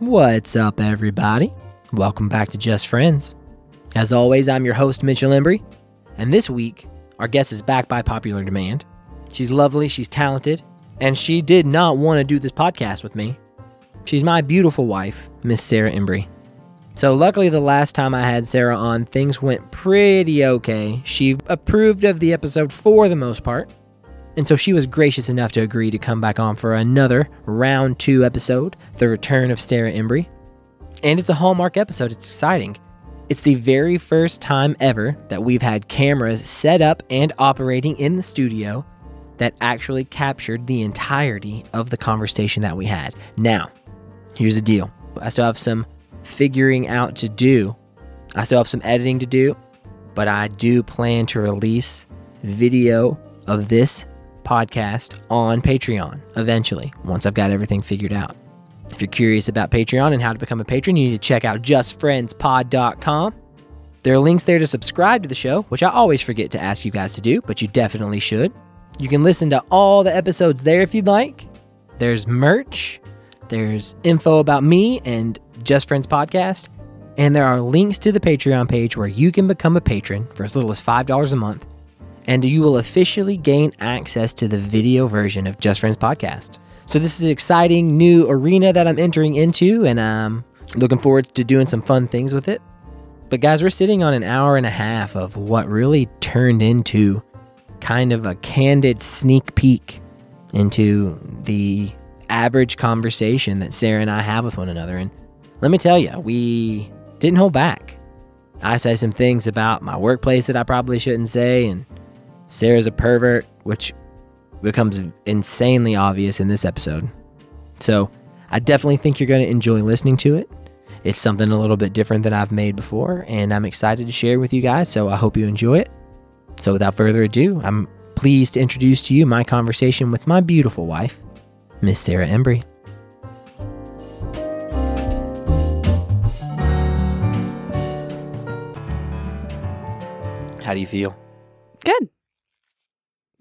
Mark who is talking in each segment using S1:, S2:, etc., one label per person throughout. S1: What's up, everybody? Welcome back to Just Friends. As always, I'm your host, Mitchell Embry, and this week, our guest is back by popular demand. She's lovely, she's talented, and she did not want to do this podcast with me. She's my beautiful wife, Miss Sarah Embry. So, luckily, the last time I had Sarah on, things went pretty okay. She approved of the episode for the most part. And so she was gracious enough to agree to come back on for another round two episode, The Return of Sarah Embry. And it's a Hallmark episode, it's exciting. It's the very first time ever that we've had cameras set up and operating in the studio that actually captured the entirety of the conversation that we had. Now, here's the deal I still have some figuring out to do, I still have some editing to do, but I do plan to release video of this podcast on Patreon eventually, once I've got everything figured out. If you're curious about Patreon and how to become a patron, you need to check out justfriendspod.com. There are links there to subscribe to the show, which I always forget to ask you guys to do, but you definitely should. You can listen to all the episodes there if you'd like. There's merch, there's info about me and Just Friends Podcast, and there are links to the Patreon page where you can become a patron for as little as $5 a month and you will officially gain access to the video version of Just Friends Podcast. So this is an exciting new arena that I'm entering into, and I'm looking forward to doing some fun things with it. But guys, we're sitting on an hour and a half of what really turned into kind of a candid sneak peek into the average conversation that Sarah and I have with one another. And let me tell you, we didn't hold back. I say some things about my workplace that I probably shouldn't say, and Sarah's a pervert, which becomes insanely obvious in this episode. So I definitely think you're going to enjoy listening to it. It's something a little bit different than I've made before, and I'm excited to share with you guys. So I hope you enjoy it. So without further ado, I'm pleased to introduce to you my conversation with my beautiful wife, Miss Sarah Embry. How do you feel?
S2: Good.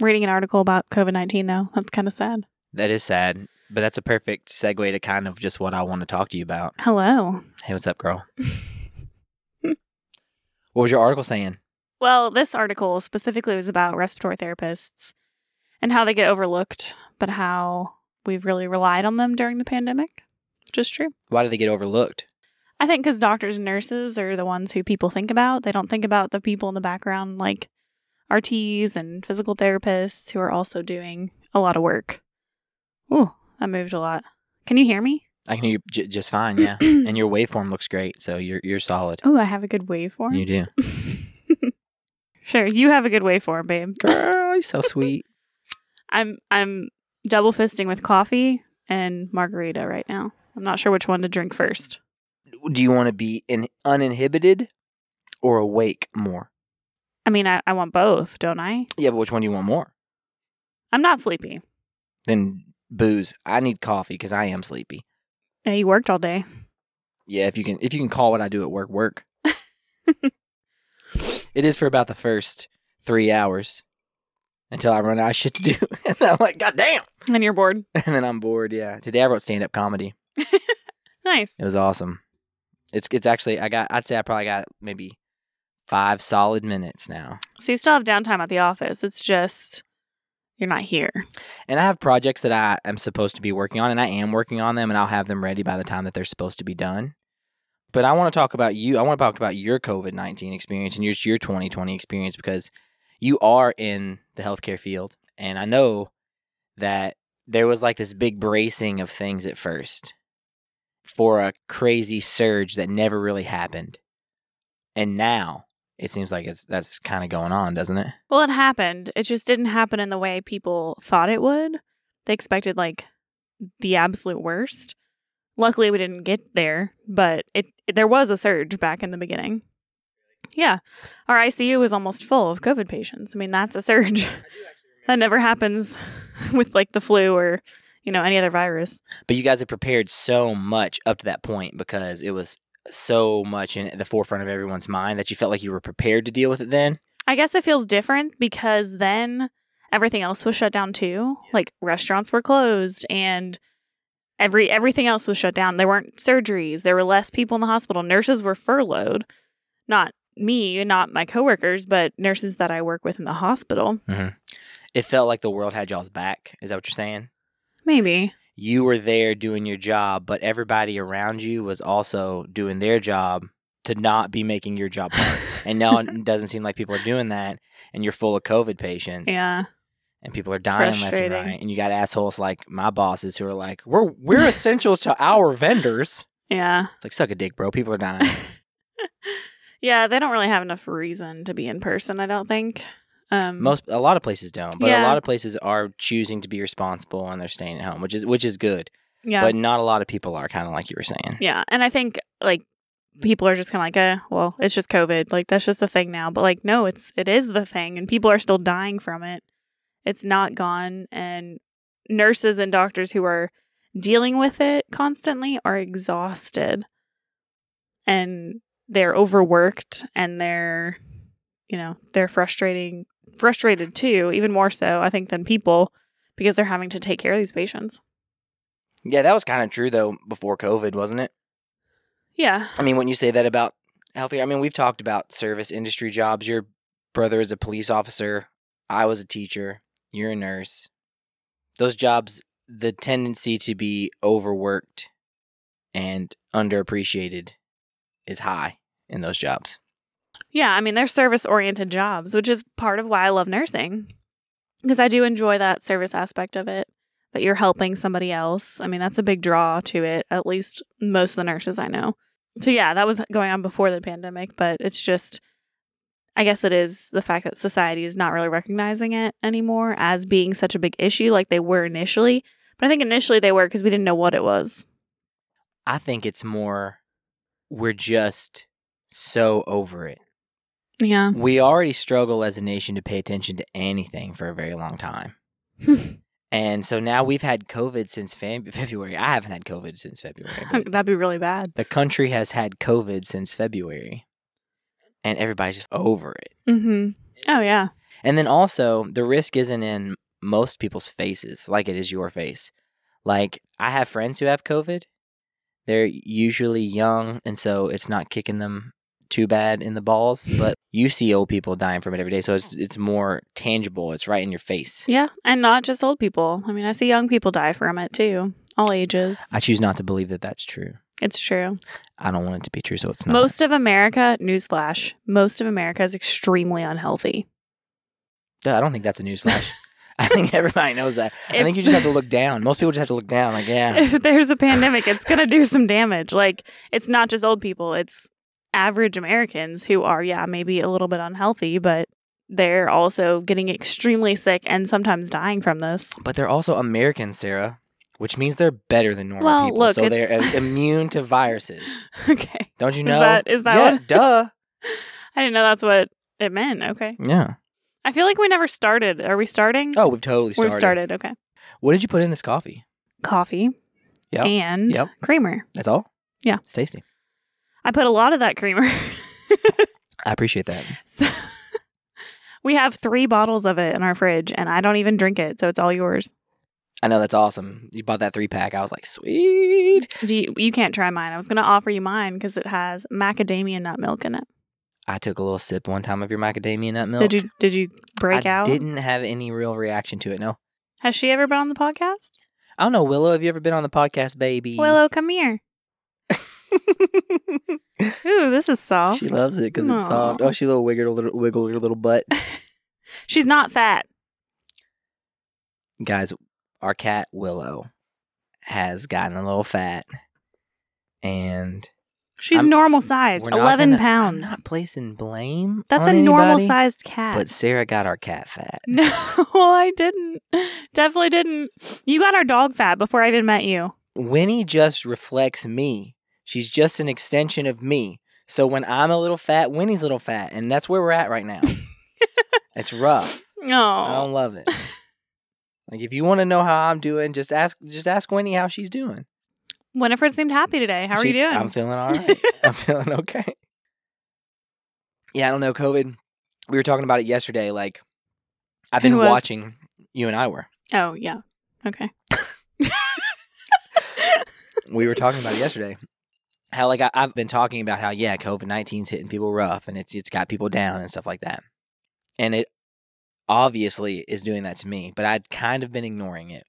S2: Reading an article about COVID 19, though. That's kind of sad.
S1: That is sad, but that's a perfect segue to kind of just what I want to talk to you about.
S2: Hello.
S1: Hey, what's up, girl? what was your article saying?
S2: Well, this article specifically was about respiratory therapists and how they get overlooked, but how we've really relied on them during the pandemic, which is true.
S1: Why did they get overlooked?
S2: I think because doctors and nurses are the ones who people think about. They don't think about the people in the background, like RTs and physical therapists, who are also doing a lot of work. Ooh, that moved a lot. Can you hear me?
S1: I can hear you j- just fine, yeah. and your waveform looks great, so you're you're solid.
S2: Ooh, I have a good waveform.
S1: You do,
S2: sure, you have a good waveform, babe.
S1: girl. You're so sweet.
S2: I'm I'm double fisting with coffee and margarita right now. I'm not sure which one to drink first.
S1: do you want to be in uninhibited or awake more?
S2: I mean, I, I want both, don't I?
S1: Yeah, but which one do you want more?
S2: I'm not sleepy.
S1: Then booze. I need coffee because I am sleepy.
S2: Yeah, you worked all day.
S1: Yeah, if you can if you can call what I do at work work. it is for about the first three hours until I run out of shit to do, and I'm like, God damn!
S2: And you're bored.
S1: And then I'm bored. Yeah, today I wrote stand up comedy.
S2: Nice.
S1: It was awesome. It's it's actually I got I'd say I probably got maybe five solid minutes now,
S2: So you still have downtime at the office. It's just you're not here.
S1: and I have projects that I am supposed to be working on, and I am working on them, and I'll have them ready by the time that they're supposed to be done. But I want to talk about you. I want to talk about your COVID nineteen experience and your your twenty twenty experience because you are in the healthcare field, and I know that there was like this big bracing of things at first for a crazy surge that never really happened, and now it seems like it's that's kind of going on, doesn't it?
S2: Well, it happened. It just didn't happen in the way people thought it would. They expected like the absolute worst. Luckily, we didn't get there, but it, it there was a surge back in the beginning. Yeah, our ICU was almost full of COVID patients. I mean, that's a surge. that never happens with like the flu or you know any other virus.
S1: But you guys had prepared so much up to that point because it was so much in the forefront of everyone's mind that you felt like you were prepared to deal with it then.
S2: I guess it feels different because then everything else was shut down too. Like restaurants were closed and every everything else was shut down. There weren't surgeries. There were less people in the hospital. Nurses were furloughed. Not me, not my coworkers, but nurses that I work with in the hospital.
S1: It felt like the world had y'all's back. Is that what you're saying?
S2: Maybe.
S1: You were there doing your job, but everybody around you was also doing their job to not be making your job hard. and now it doesn't seem like people are doing that. And you're full of COVID patients.
S2: Yeah.
S1: and people are dying left and
S2: frustrating.
S1: right. And you got assholes like my bosses who are like, "We're we're essential to our vendors."
S2: Yeah.
S1: It's like suck a dick, bro. People are dying.
S2: Yeah, they don't really have enough reason to be in person, I don't think. Um
S1: Most a lot of places don't, but a
S2: Yeah.
S1: lot of places are choosing to be responsible and they're staying at home, which is which is good.
S2: yeah.
S1: But not a lot of people are, kind of like you were saying.
S2: Yeah, and I think like people are just kind of like, eh, well, it's just COVID. Like that's just the thing now. But like, no, it's it is the thing, and people are still dying from it. It's not gone, and nurses and doctors who are dealing with it constantly are exhausted, and they're overworked, and they're, you know, they're frustrating, frustrated too, even more so, I think, than people because they're having to take care of these patients.
S1: Yeah, that was kind of true though before COVID, wasn't it?
S2: Yeah,
S1: I mean, when you say that about healthy, I mean, we've talked about service industry jobs. Your brother is a police officer. I was a teacher. You're a nurse. Those jobs, the tendency to be overworked and underappreciated is high in those jobs.
S2: Yeah, I mean, they're service oriented jobs, which is part of why I love nursing because I do enjoy that service aspect of it, that you're helping somebody else. I mean, that's a big draw to it, at least most of the nurses I know. So, yeah, that was going on before the pandemic, but it's just, I guess it is the fact that society is not really recognizing it anymore as being such a big issue like they were initially. But I think initially they were because we didn't know what it was.
S1: I think it's more we're just so over it.
S2: Yeah.
S1: We already struggle as a nation to pay attention to anything for a very long time. And so now we've had COVID since Feb- February. I haven't had COVID since February. but-
S2: That'd be really bad.
S1: The country has had COVID since February, and everybody's just over it.
S2: hmm Oh, yeah.
S1: And then also, the risk isn't in most people's faces like it is your face. Like, I have friends who have COVID. They're usually young, and so it's not kicking them too bad in the balls. But you see old people dying from it every day, so it's it's more tangible. It's right in your face.
S2: Yeah, and not just old people. I mean, I see young people die from it too, all ages.
S1: I choose not to believe that that's true.
S2: it's true.
S1: I don't want it to be true, so it's not.
S2: Most of America, newsflash, most of America is extremely unhealthy.
S1: Duh, I don't think that's a newsflash. I think everybody knows that. I
S2: If-
S1: think you just have to look down. Most people just have to look down. Like, yeah,
S2: If there's a pandemic, it's going to do some damage. Like, it's not just old people, it's average Americans who are, yeah, maybe a little bit unhealthy, but they're also getting extremely sick and sometimes dying from this.
S1: but they're also Americans, Sarah, which means they're better than normal
S2: Well,
S1: people.
S2: look,
S1: so they're
S2: it's-
S1: uh, immune to viruses.
S2: okay.
S1: Don't you
S2: Is
S1: know?
S2: that- is that
S1: yeah,
S2: what-
S1: duh.
S2: I didn't know that's what it meant. Okay.
S1: Yeah.
S2: I feel like we never started. Are we starting?
S1: Oh, we've totally started.
S2: We've started. Okay.
S1: What did you put in this coffee?
S2: Coffee
S1: Yep.
S2: and
S1: Yep.
S2: creamer.
S1: That's all.
S2: Mm. Yeah.
S1: it's tasty.
S2: I put a lot of that creamer.
S1: I appreciate that.
S2: so we have three bottles of it in our fridge, and I don't even drink it, so it's all yours.
S1: I know that's awesome. You bought that three pack. I was like, sweet.
S2: Do you, you can't try mine. I was going to offer you mine because it has macadamia nut milk in it.
S1: I took a little sip one time of your macadamia nut milk.
S2: Did you did you break
S1: I
S2: out?
S1: didn't have any real reaction to it. No.
S2: Has she ever been on the podcast?
S1: I don't know, Willow. Have you ever been on the podcast, baby?
S2: Willow, come here. Ooh, this is soft.
S1: She loves it because it's soft.
S2: Aw.
S1: Oh, she little wiggled her little wiggled her little butt.
S2: She's not fat.
S1: Guys, our cat Willow has gotten a little fat, and
S2: She's
S1: I'm-
S2: normal sized,
S1: we're not
S2: 11
S1: gonna- I'm
S2: pounds.
S1: not placing blame.
S2: That's
S1: on
S2: a normal
S1: anybody,
S2: sized cat.
S1: But Sarah got our cat fat.
S2: No, I didn't. Definitely didn't. You got our dog fat before I even met you.
S1: Winnie just reflects me. She's just an extension of me. So when I'm a little fat, Winnie's a little fat, and that's where we're at right now. it's rough. I
S2: Oh.
S1: don't love it. Like if you want to know how I'm doing, just ask just ask Winnie how she's doing.
S2: Winifred seemed happy today. How are
S1: She-
S2: you doing?
S1: I'm feeling all right. I'm feeling okay. Yeah, I don't know COVID. We were talking about it yesterday. Like I've been
S2: Who was?
S1: watching. You and I were.
S2: oh, yeah. Okay.
S1: we were talking about it yesterday. How like I, I've been talking about how yeah, COVID 19s hitting people rough and it's it's got people down and stuff like that, and it obviously is doing that to me. But I'd kind of been ignoring it.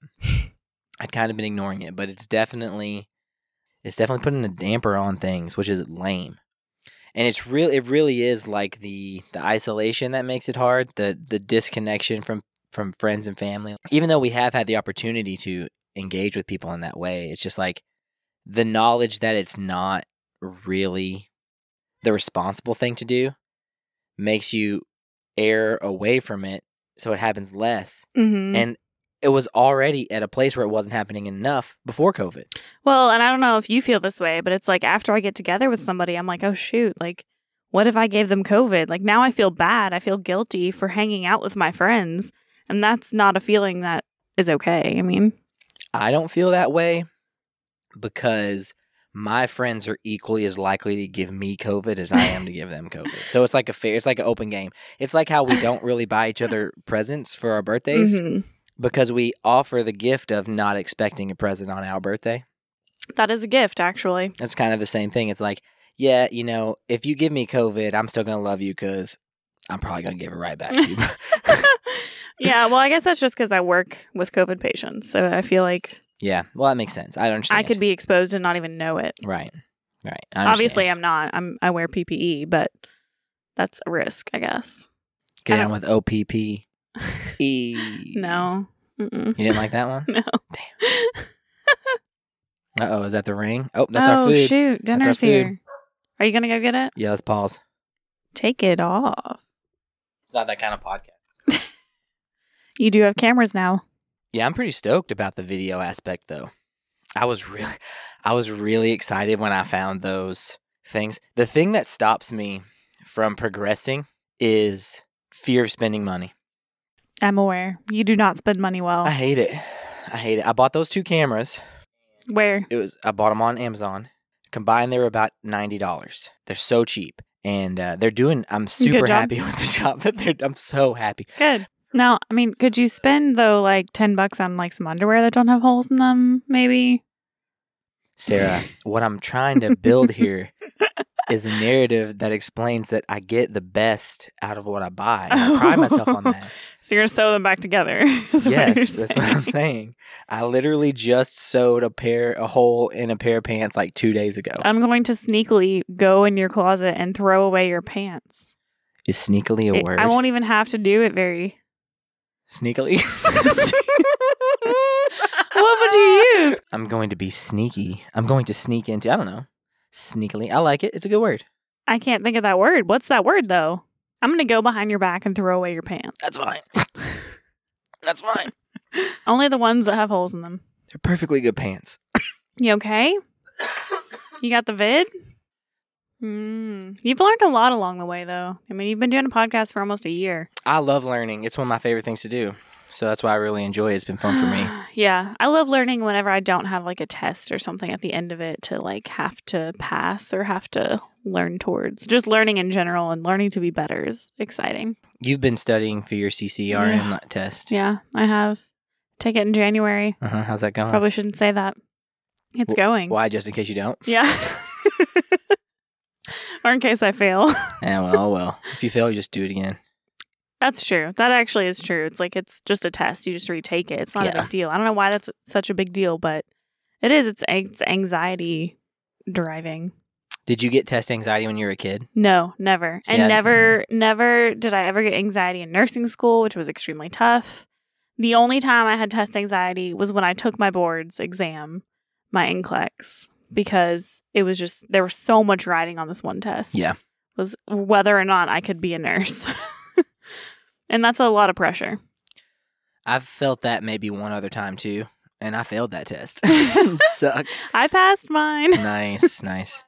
S1: I'd kind of been ignoring it, but it's definitely it's definitely putting a damper on things, which is lame. And it's real it really is like the the isolation that makes it hard, the the disconnection from from friends and family. Even though we have had the opportunity to engage with people in that way, it's just like the knowledge that it's not really the responsible thing to do makes you err away from it so it happens less.
S2: Mm-hmm.
S1: And it was already at a place where it wasn't happening enough before COVID.
S2: Well, and I don't know if you feel this way, but it's like after I get together with somebody, I'm like, oh shoot, like what if I gave them COVID? Like now I feel bad. I feel guilty for hanging out with my friends, and that's not a feeling that is okay. I mean,
S1: I don't feel that way because my friends are equally as likely to give me COVID as I am to give them COVID. So it's like a fair, it's like an open game. It's like how we don't really buy each other presents for our birthdays
S2: mhm.
S1: because we offer the gift of not expecting a present on our birthday.
S2: That is a gift actually.
S1: That's kind of the same thing. It's like, yeah, you know, if you give me COVID, I'm still going to love you because I'm probably going to give it right back to you.
S2: yeah, well, I guess that's just because I work with COVID patients, so I feel like
S1: yeah. Well, that makes sense. I don't understand.
S2: I could be exposed and not even know it.
S1: Right. Right. I understand.
S2: Obviously, I'm not. I'm I wear PPE, but that's a risk, I guess.
S1: Get
S2: I
S1: down with OPP. E.
S2: No. Mm-mm.
S1: You didn't like that one?
S2: No.
S1: Uh oh, is that the ring? Oh, that's
S2: oh
S1: our food.
S2: shoot!
S1: our
S2: Dinner's
S1: food.
S2: here. Are you gonna go get it?
S1: Yeah, let's pause.
S2: Take it off.
S1: It's not that kind of podcast.
S2: You do have cameras now.
S1: Yeah, I'm pretty stoked about the video aspect though. I was really I was really excited when I found those things. The thing that stops me from progressing is fear of spending money.
S2: I'm aware. You do not spend money well.
S1: I hate it. I hate it. I bought those two cameras.
S2: Where?
S1: It was I bought them on Amazon. Combined, they were about ninety dollars. They're so cheap, and uh, they're doing. I'm super
S2: job.
S1: happy with the job that they're. I'm so happy.
S2: Good. Now, I mean, could you spend though like ten bucks on like some underwear that don't have holes in them? Maybe.
S1: Sarah, what I'm trying to build here is a narrative that explains that I get the best out of what I buy. And I pride myself on that.
S2: So you're gonna sew them back together. is what you're
S1: yes, that's what I'm
S2: saying.
S1: saying. I literally just sewed a pair, a hole in a pair of pants like two days ago.
S2: I'm going to sneakily go in your closet and throw away your pants.
S1: Is sneakily a
S2: It-
S1: word?
S2: I won't even have to do it very.
S1: Sneakily.
S2: What would you use?
S1: I'm going to be sneaky. I'm going to sneak into. I don't know. Sneakily. I like it. It's a good word.
S2: I can't think of that word. What's that word though? I'm gonna go behind your back and throw away your pants.
S1: That's fine. That's fine.
S2: Only the ones that have holes in them.
S1: They're perfectly good pants.
S2: You okay? You got the vid? Mm. You've learned a lot along the way, though. I mean, you've been doing a podcast for almost a year.
S1: I love learning. It's one of my favorite things to do. So that's why I really enjoy it. It's been fun for me.
S2: yeah. I love learning whenever I don't have like a test or something at the end of it to like have to pass or have to learn towards. Just learning in general and learning to be better is exciting.
S1: You've been studying for your CCRM li- test.
S2: Yeah, I have. Take it in January.
S1: Uh-huh. How's that going?
S2: Probably shouldn't say that. It's
S1: Wh-
S2: going.
S1: Why, just in case you don't?
S2: Yeah. or in case I fail.
S1: Yeah, well, oh well. If you fail, you just do it again.
S2: That's true. That actually is true. It's like it's just a test. You just retake it. It's not a
S1: Yeah.
S2: big deal. I don't know why that's such a big deal, but it is. It's, it's anxiety driving.
S1: Did you get test anxiety when you were a kid?
S2: No, never.
S1: See, I-
S2: and never, never did I ever get anxiety in nursing school, which was extremely tough. The only time I had test anxiety was when I took my boards exam, my NCLEX, E because it was just, there was so much writing on this one test.
S1: Yeah.
S2: Was whether or not I could be a nurse. and that's a lot of pressure.
S1: I've felt that maybe one other time too, and I failed that test. it sucked.
S2: I passed mine.
S1: Nice, nice.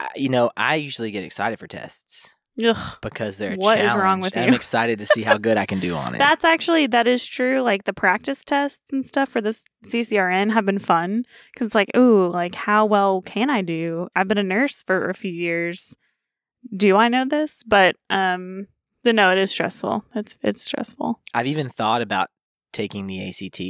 S1: I, you know, I usually get excited for tests
S2: Ugh.
S1: because they're a
S2: What is
S1: challenge.
S2: wrong with
S1: and
S2: you?
S1: I'm excited to see how good I can do on it.
S2: That's actually that is true. Like the practice tests and stuff for this CCRN have been fun because it's like, ooh, like how well can I do? I've been a nurse for a few years. Do I know this? But um, but no, it is stressful. It's it's stressful
S1: I've even thought about taking the ACT.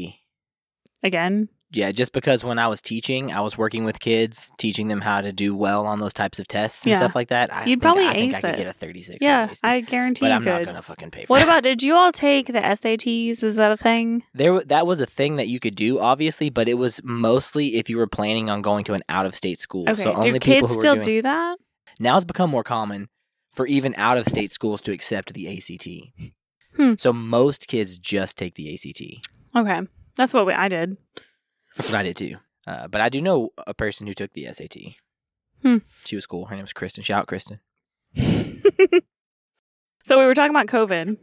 S2: again.
S1: yeah, just because when I was teaching, I was working with kids, teaching them how to do well on those types of tests and
S2: Yeah.
S1: stuff like that. I
S2: You'd
S1: think,
S2: probably
S1: I, think I
S2: ace
S1: could
S2: it.
S1: get a 36. on
S2: yeah,
S1: these, dude.
S2: I guarantee
S1: but
S2: you
S1: I'm not
S2: could.
S1: gonna fucking pay for
S2: What
S1: it.
S2: about did you all take the SATs? Was that a thing?
S1: There, wa- that was a thing that you could do, obviously, but it was mostly if you were planning on going to an out-of-state school.
S2: Okay.
S1: So only
S2: do
S1: people
S2: kids
S1: who
S2: still
S1: were doing
S2: do that?
S1: now it's become more common for even out-of-state schools to accept the ACT.
S2: Hmm.
S1: So most kids just take the ACT.
S2: Okay. That's what we, I did.
S1: That's what I did too. Uh, but I do know a person who took the SAT.
S2: Hmm.
S1: She was cool. Her name was Kristen. Shout out Kristen.
S2: So we were talking about COVID.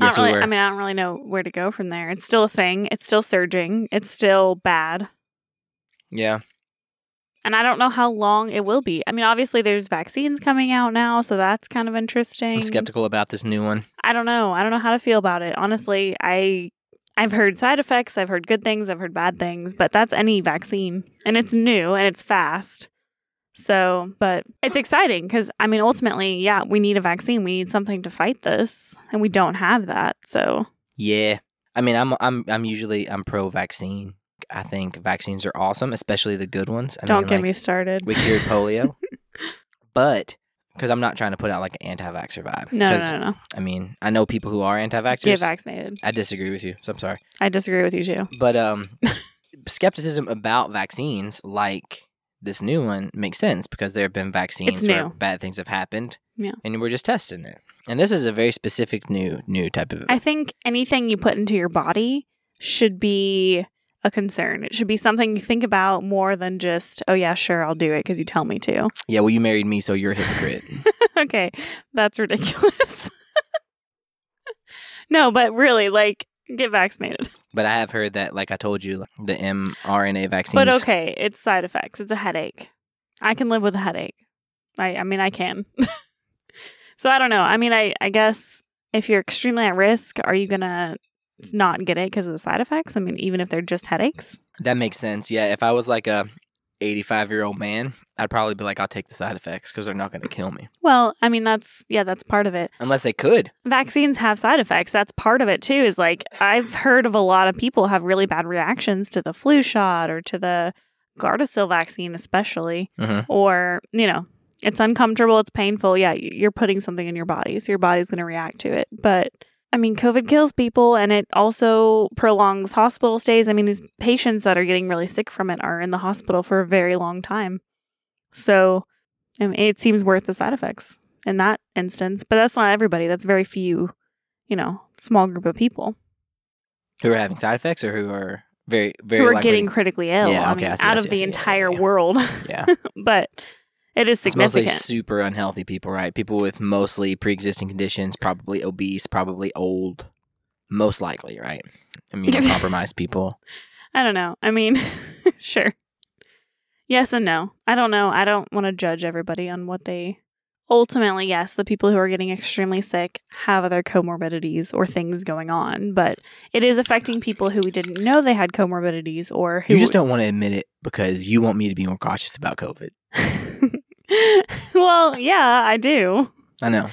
S2: I
S1: Yes,
S2: don't really,
S1: we were.
S2: I mean, I don't really know where to go from there. It's still a thing. It's still surging. It's still bad.
S1: yeah,
S2: And I don't know how long it will be. I mean, obviously there's vaccines coming out now, so that's kind of interesting.
S1: I'm skeptical about this new one.
S2: I don't know. I don't know how to feel about it. Honestly, I I've heard side effects, I've heard good things, I've heard bad things, but that's any vaccine. And it's new and it's fast. So, but it's exciting cuz I mean ultimately, yeah, we need a vaccine. We need something to fight this, and we don't have that. So,
S1: Yeah, I mean, I'm I'm I'm usually I'm pro-vaccine. I think vaccines are awesome, especially the good ones. I
S2: don't
S1: mean,
S2: get
S1: like,
S2: me started.
S1: We cured polio, but because I'm not trying to put out like an anti-vaxxer vibe.
S2: no,
S1: 'Cause,
S2: no, no, no.
S1: I mean, I know people who are anti-vaxxers.
S2: Get vaccinated.
S1: I disagree with you, so I'm sorry.
S2: I disagree with you too.
S1: But um, skepticism about vaccines, like this new one, makes sense because there have been vaccines where
S2: new.
S1: bad things have happened.
S2: Yeah.
S1: And we're just testing it. And this is a very specific new new type of.
S2: I think anything you put into your body should be a concern. It should be something you think about more than just, oh yeah, sure, I'll do it because you tell me to.
S1: yeah, well, you married me, so you're a hypocrite.
S2: okay, that's ridiculous. no, but really, like, get vaccinated.
S1: but I have heard that, like I told you, like, the mRNA vaccines.
S2: But okay, it's side effects. It's a headache. I can live with a headache. I, I mean, I can. so I don't know. I mean, I, I guess if you're extremely at risk, are you gonna not get it because of the side effects? I mean, even if they're just headaches.
S1: That makes sense. Yeah, if I was like a 85 year old man, I'd probably be like, I'll take the side effects because they're not going to kill me.
S2: Well, I mean, that's yeah, that's part of it.
S1: Unless they could.
S2: vaccines have side effects. That's part of it too. Is like I've heard of a lot of people have really bad reactions to the flu shot or to the Gardasil vaccine, especially.
S1: Mhm.
S2: Or you know, it's uncomfortable, it's painful. Yeah, y- you're putting something in your body, so your body's going to react to it. But I mean, COVID kills people, and it also prolongs hospital stays. I mean, these patients that are getting really sick from it are in the hospital for a very long time. So I mean, it seems worth the side effects in that instance, but that's not everybody. That's very few, you know, small group of people
S1: Who are having side effects or who are very, very
S2: who are
S1: likely-
S2: getting critically ill.
S1: Yeah,
S2: I
S1: okay,
S2: mean,
S1: I see, I
S2: out
S1: see,
S2: of
S1: I
S2: the
S1: see. Yeah,
S2: entire
S1: yeah.
S2: world,
S1: Yeah.
S2: but it is
S1: It's mostly
S2: significant.
S1: super unhealthy people, right? People with mostly pre-existing conditions, probably obese, probably old, most likely, right? Immunocompromised people.
S2: I don't know. I mean, sure. Yes and no. I don't know. I don't want to judge everybody on what they. Ultimately, yes, the people who are getting extremely sick have other comorbidities or things going on, but it is affecting people who we didn't know they had comorbidities or who
S1: You just don't want to admit it because you want me to be more cautious about COVID.
S2: well, yeah, I do.
S1: I know.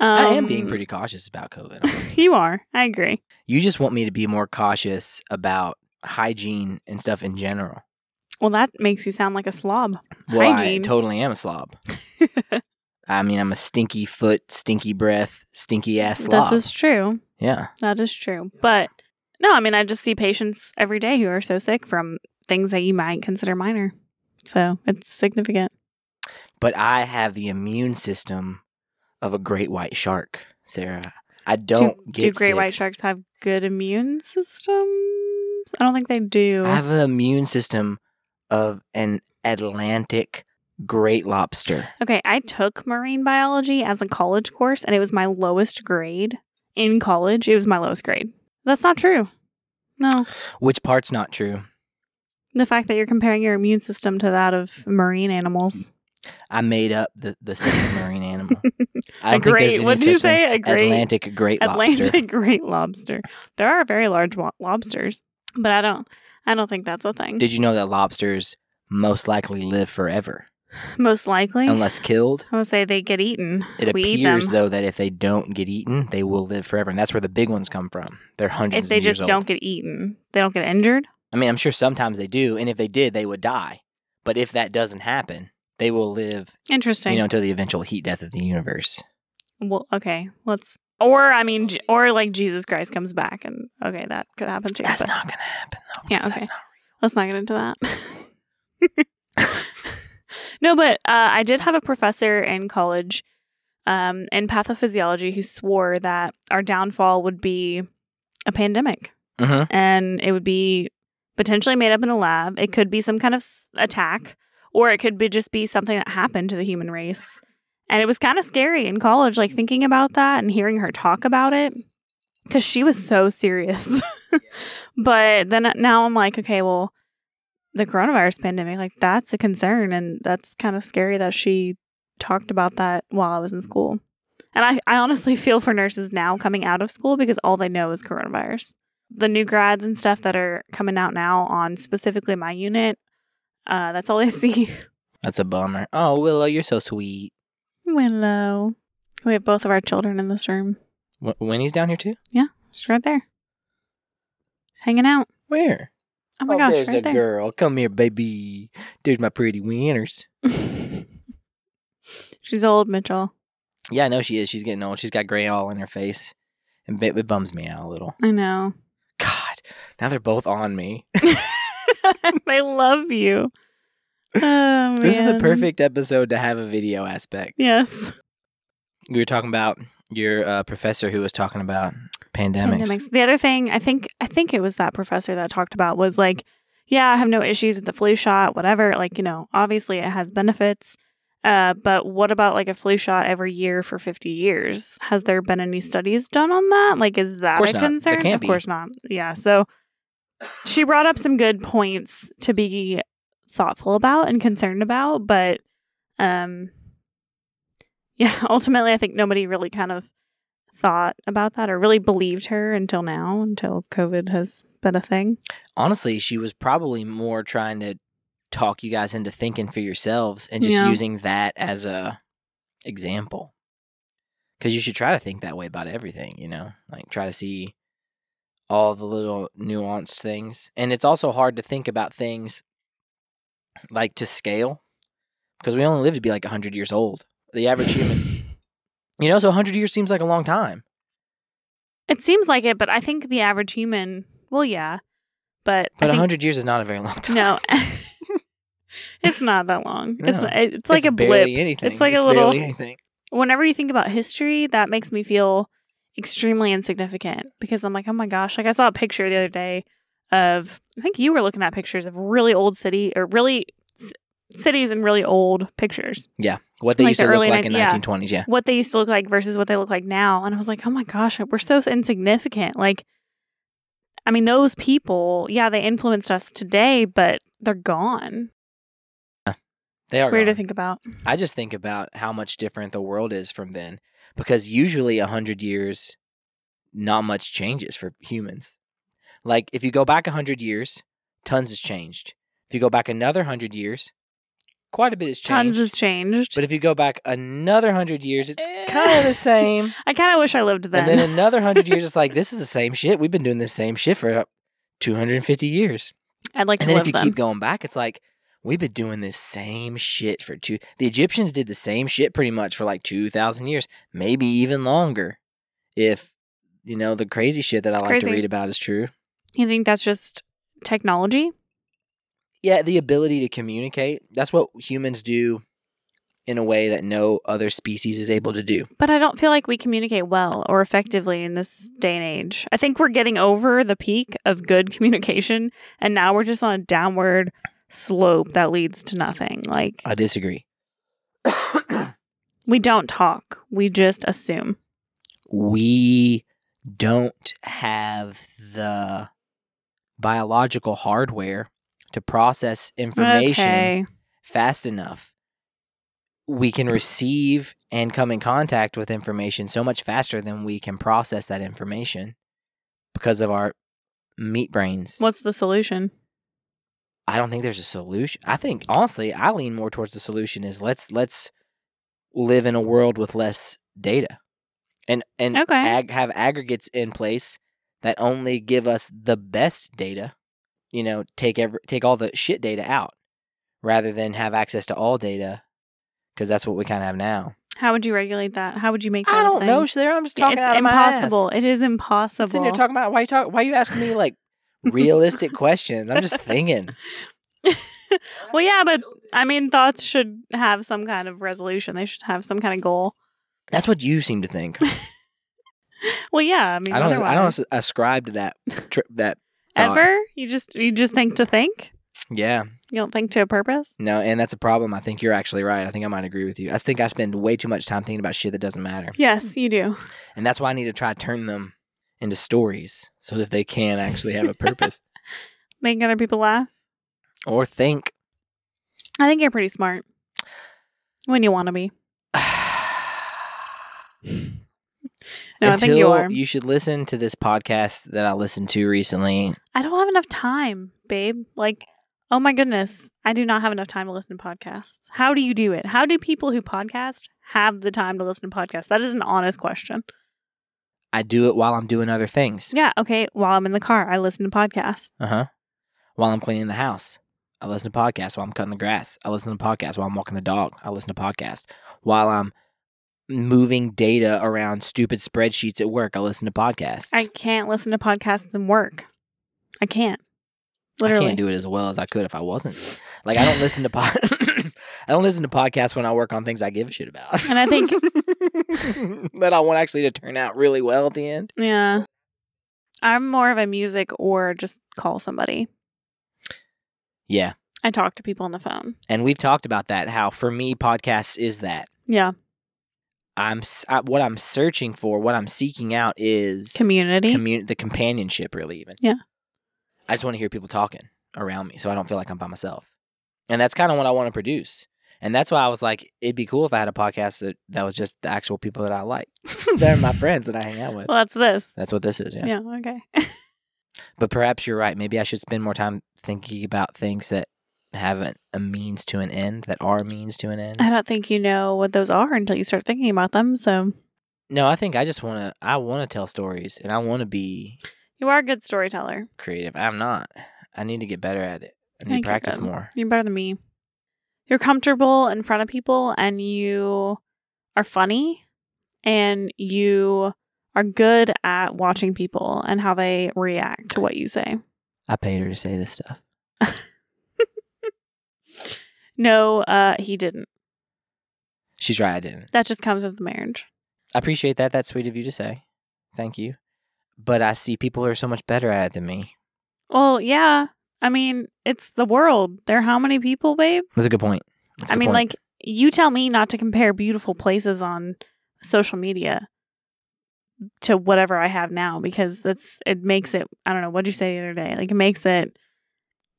S2: Um,
S1: I am being pretty cautious about COVID. honestly.
S2: you are. I agree.
S1: you just want me to be more cautious about hygiene and stuff in general.
S2: Well, that makes you sound like a slob.
S1: Well, I
S2: Hygiene.
S1: totally am a slob. I mean, I'm a stinky foot, stinky breath, stinky ass slob.
S2: This is true.
S1: yeah.
S2: That is true. But no, I mean, I just see patients every day who are so sick from things that you might consider minor. So it's significant.
S1: but I have the immune system of a great white shark, Sarah. I don't
S2: do,
S1: get
S2: do great white
S1: sick.
S2: sharks have good immune systems? I don't think they do.
S1: I have an immune system of an Atlantic great lobster.
S2: Okay, I took marine biology as a college course, and it was my lowest grade in college. It was my lowest grade. That's not true. No,
S1: Which part's not true?
S2: the fact that you're comparing your immune system to that of marine animals.
S1: I made up the the second marine animal. I
S2: A
S1: don't think there's
S2: great,
S1: any
S2: what did you
S1: such thing.
S2: say? A great
S1: Atlantic great lobster.
S2: Atlantic great lobster. There are very large wa- lobsters, but I don't. I don't think that's a thing.
S1: Did you know that lobsters most likely live forever
S2: Most likely,
S1: unless killed?
S2: I would say they get eaten.
S1: It
S2: we eat
S1: appears
S2: them.
S1: though that if they don't get eaten, they will live forever, and that's where the big ones come from. They're hundreds.
S2: if they
S1: of years
S2: just
S1: old.
S2: don't get eaten, they don't get injured.
S1: I mean, I'm sure sometimes they do, and if they did, they would die. But if that doesn't happen, they will live,
S2: Interesting.
S1: you know, until the eventual heat death of the universe.
S2: well, okay. Let's. Or I mean, J- or like Jesus Christ comes back, and okay, that could happen too.
S1: That's
S2: but
S1: not going to happen, though.
S2: Yeah,
S1: because
S2: okay.
S1: That's not
S2: Let's not get into that. no, but uh, I did have a professor in college um, in pathophysiology who swore that our downfall would be a pandemic
S1: Mhm.
S2: and it would be potentially made up in a lab. It could be some kind of s- attack or it could be just be something that happened to the human race. And it was kind of scary in college, like thinking about that and hearing her talk about it because she was so serious. but then uh, now I'm like, okay, well, the coronavirus pandemic, like that's a concern. And that's kind of scary that she talked about that while I was in school. And I, I honestly feel for nurses now coming out of school because all they know is coronavirus. The new grads and stuff that are coming out now on specifically my unit, uh, that's all they see.
S1: That's a bummer. Oh, Willow, you're so sweet.
S2: Willow. We have both of our children in this room.
S1: W- Winnie's down here too.
S2: She's right there. Hanging out.
S1: Where?
S2: Oh my gosh,
S1: there's
S2: right
S1: a
S2: there.
S1: girl. Come here, baby. There's my pretty wieners.
S2: She's old, Mitchell.
S1: Yeah, I know she is. She's getting old. She's got gray all in her face, and it, it bums me out a little.
S2: I know.
S1: God, now they're both on me.
S2: I love you. Oh,
S1: This is the
S2: man.
S1: perfect episode to have a video aspect.
S2: Yes.
S1: We were talking about your uh, professor who was talking about pandemics.
S2: Pandemics. The other thing I think I think it was that professor that talked about was like, yeah, I have no issues with the flu shot, whatever. Like, you know, obviously it has benefits. Uh, but what about like a flu shot every year for 50 years? Has there been any studies done on that? Like, is that
S1: course
S2: a
S1: not. There
S2: concern?
S1: can't
S2: of
S1: be.
S2: course not. Yeah. So she brought up some good points to be thoughtful about and concerned about, but um yeah, ultimately I think nobody really kind of thought about that or really believed her until now, until COVID has been a thing.
S1: Honestly, she was probably more trying to talk you guys into thinking for yourselves and just
S2: Yeah.
S1: using that as a example. Because you should try to think that way about everything, you know, like try to see all the little nuanced things. And it's also hard to think about things like to scale because we only live to be like 100 years old. The average human, you know, so 100 years seems like a long time.
S2: It seems like it, but I think the average human, well, yeah, but
S1: But
S2: I
S1: a
S2: think,
S1: 100 years is not a very long time.
S2: no, it's not that long. It's
S1: No.
S2: not, it's like
S1: It's
S2: a blip.
S1: barely anything.
S2: It's like a little-
S1: barely anything.
S2: Whenever you think about history, that makes me feel extremely insignificant because I'm like, oh my gosh, like I saw a picture the other day of I think you were looking at pictures of really old city or really c- cities and really old pictures.
S1: Yeah, what they
S2: Like
S1: used
S2: the
S1: to look
S2: early
S1: like in
S2: nin- yeah.
S1: 1920s. Yeah,
S2: what they used to look like versus what they look like now. And I was like, oh my gosh, we're so insignificant. Like, I mean, those people, yeah, they influenced us today, but they're gone.
S1: they
S2: It's
S1: are.
S2: weird to
S1: gone.
S2: think about.
S1: I just think about how much different the world is from then, because usually a hundred years, not much changes for humans. Like if you go back a hundred years, tons has changed. If you go back another hundred years, quite a bit has changed.
S2: Tons has Eh. changed.
S1: But if you go back another hundred years, it's kind of the same.
S2: I kind of wish I lived
S1: And
S2: then.
S1: then another hundred years, it's like this is the same shit. We've been doing this same shit for two hundred and fifty years.
S2: I'd like to
S1: And then
S2: live
S1: if you
S2: then.
S1: keep going back, it's like we've been doing this same shit for two. The Egyptians did the same shit pretty much for like two thousand years, maybe even longer, if you know the crazy shit that
S2: It's
S1: I like to
S2: crazy.
S1: read about is true.
S2: you think that's just technology?
S1: Yeah, the ability to communicate. That's what humans do in a way that no other species is able to do.
S2: But I don't feel like we communicate well or effectively in this day and age. I think we're getting over the peak of good communication, and now we're just on a downward slope that leads to nothing. Like,
S1: I disagree.
S2: We don't talk. We just assume.
S1: we don't have the biological hardware to process information
S2: Okay.
S1: fast enough, we can receive and come in contact with information so much faster than we can process that information because of our meat brains.
S2: What's the solution?
S1: I don't think there's a solution. I think honestly, I lean more towards the solution is let's let's live in a world with less data, and and
S2: Okay.
S1: ag- have aggregates in place that only give us the best data you know, take every take all the shit data out rather than have access to all data because that's what we kind of have now.
S2: How would you regulate that? How would you make that?
S1: I
S2: a
S1: don't
S2: thing?
S1: know, Sarah. I'm just talking
S2: it's
S1: out of my ass.
S2: impossible. It is impossible.
S1: I'm sitting here talking about why you talk. Why you asking me like realistic questions? I'm just thinking.
S2: well, yeah, but I mean, thoughts should have some kind of resolution. They should have some kind of goal.
S1: That's what you seem to think.
S2: Well, yeah, I mean,
S1: I don't. I don't
S2: otherwise-
S1: as- ascribe to that. Tri- that thought.
S2: ever. You just you just think to think.
S1: Yeah.
S2: You don't think to a purpose.
S1: No, and that's a problem. I think you're actually right. I think I might agree with you. I think I spend way too much time thinking about shit that doesn't matter,
S2: Yes, you do.
S1: and that's why I need to try to turn them into stories so that they can actually have a purpose
S2: Making other people laugh.
S1: or think.
S2: I think you're pretty smart when you want to be. No, I think you
S1: Until
S2: are.
S1: You should listen to this podcast that I listened to recently.
S2: I don't have enough time, babe. Like, oh my goodness, I do not have enough time to listen to podcasts. How do you do it? How do people who podcast have the time to listen to podcasts? That is an honest question.
S1: I do it while I'm doing other things.
S2: Yeah, okay, while I'm in the car, I listen to podcasts.
S1: Uh huh. While I'm cleaning the house, I listen to podcasts. While I'm cutting the grass, I listen to podcasts. While I'm walking the dog, I listen to podcasts. While I'm moving data around stupid spreadsheets at work, I listen to podcasts.
S2: I can't listen to podcasts and work. I can't. Literally.
S1: I can't do it as well as I could if I wasn't. Like I don't listen to pod. I don't listen to podcasts when I work on things I give a shit about.
S2: And I think-
S1: that I want actually to turn out really well at the end.
S2: Yeah. I'm more of a music or just call somebody.
S1: Yeah,
S2: I talk to people on the phone.
S1: and we've talked about that. How for me, podcasts is that
S2: Yeah.
S1: I'm s- I, what I'm searching for, what I'm seeking out is
S2: Community.
S1: commu- the companionship, really. Even
S2: Yeah.
S1: I just want to hear people talking around me, so I don't feel like I'm by myself. And that's kind of what I want to produce. And that's why I was like, it'd be cool if I had a podcast that, that was just the actual people that I like. They're my friends that I hang out with.
S2: well, that's this.
S1: That's what this is. Yeah.
S2: Yeah, okay.
S1: But perhaps you're right. Maybe I should spend more time thinking about things that have an, a means to an end, that are means to an end.
S2: I don't think you know what those are until you start thinking about them. So
S1: No, I think I just want to. I want to tell stories, and I want to be
S2: you are a good storyteller.
S1: creative. I'm not. I need to get better at it. I need
S2: Thank
S1: to
S2: you,
S1: practice
S2: Ben.
S1: more.
S2: You're better than me. You're comfortable in front of people and you are funny and you are good at watching people and how they react to what you say.
S1: I paid her to say this stuff.
S2: No, uh, he didn't.
S1: She's right. I didn't.
S2: That just comes with the marriage.
S1: I appreciate that. That's sweet of you to say. Thank you. But I see people who are so much better at it than me.
S2: Well, yeah. I mean, it's the world. There are how many people, babe?
S1: That's a good point. That's a
S2: I
S1: good
S2: mean,
S1: point.
S2: like, you tell me not to compare beautiful places on social media to whatever I have now because that's it makes it I don't know, what'd you say the other day? Like it makes it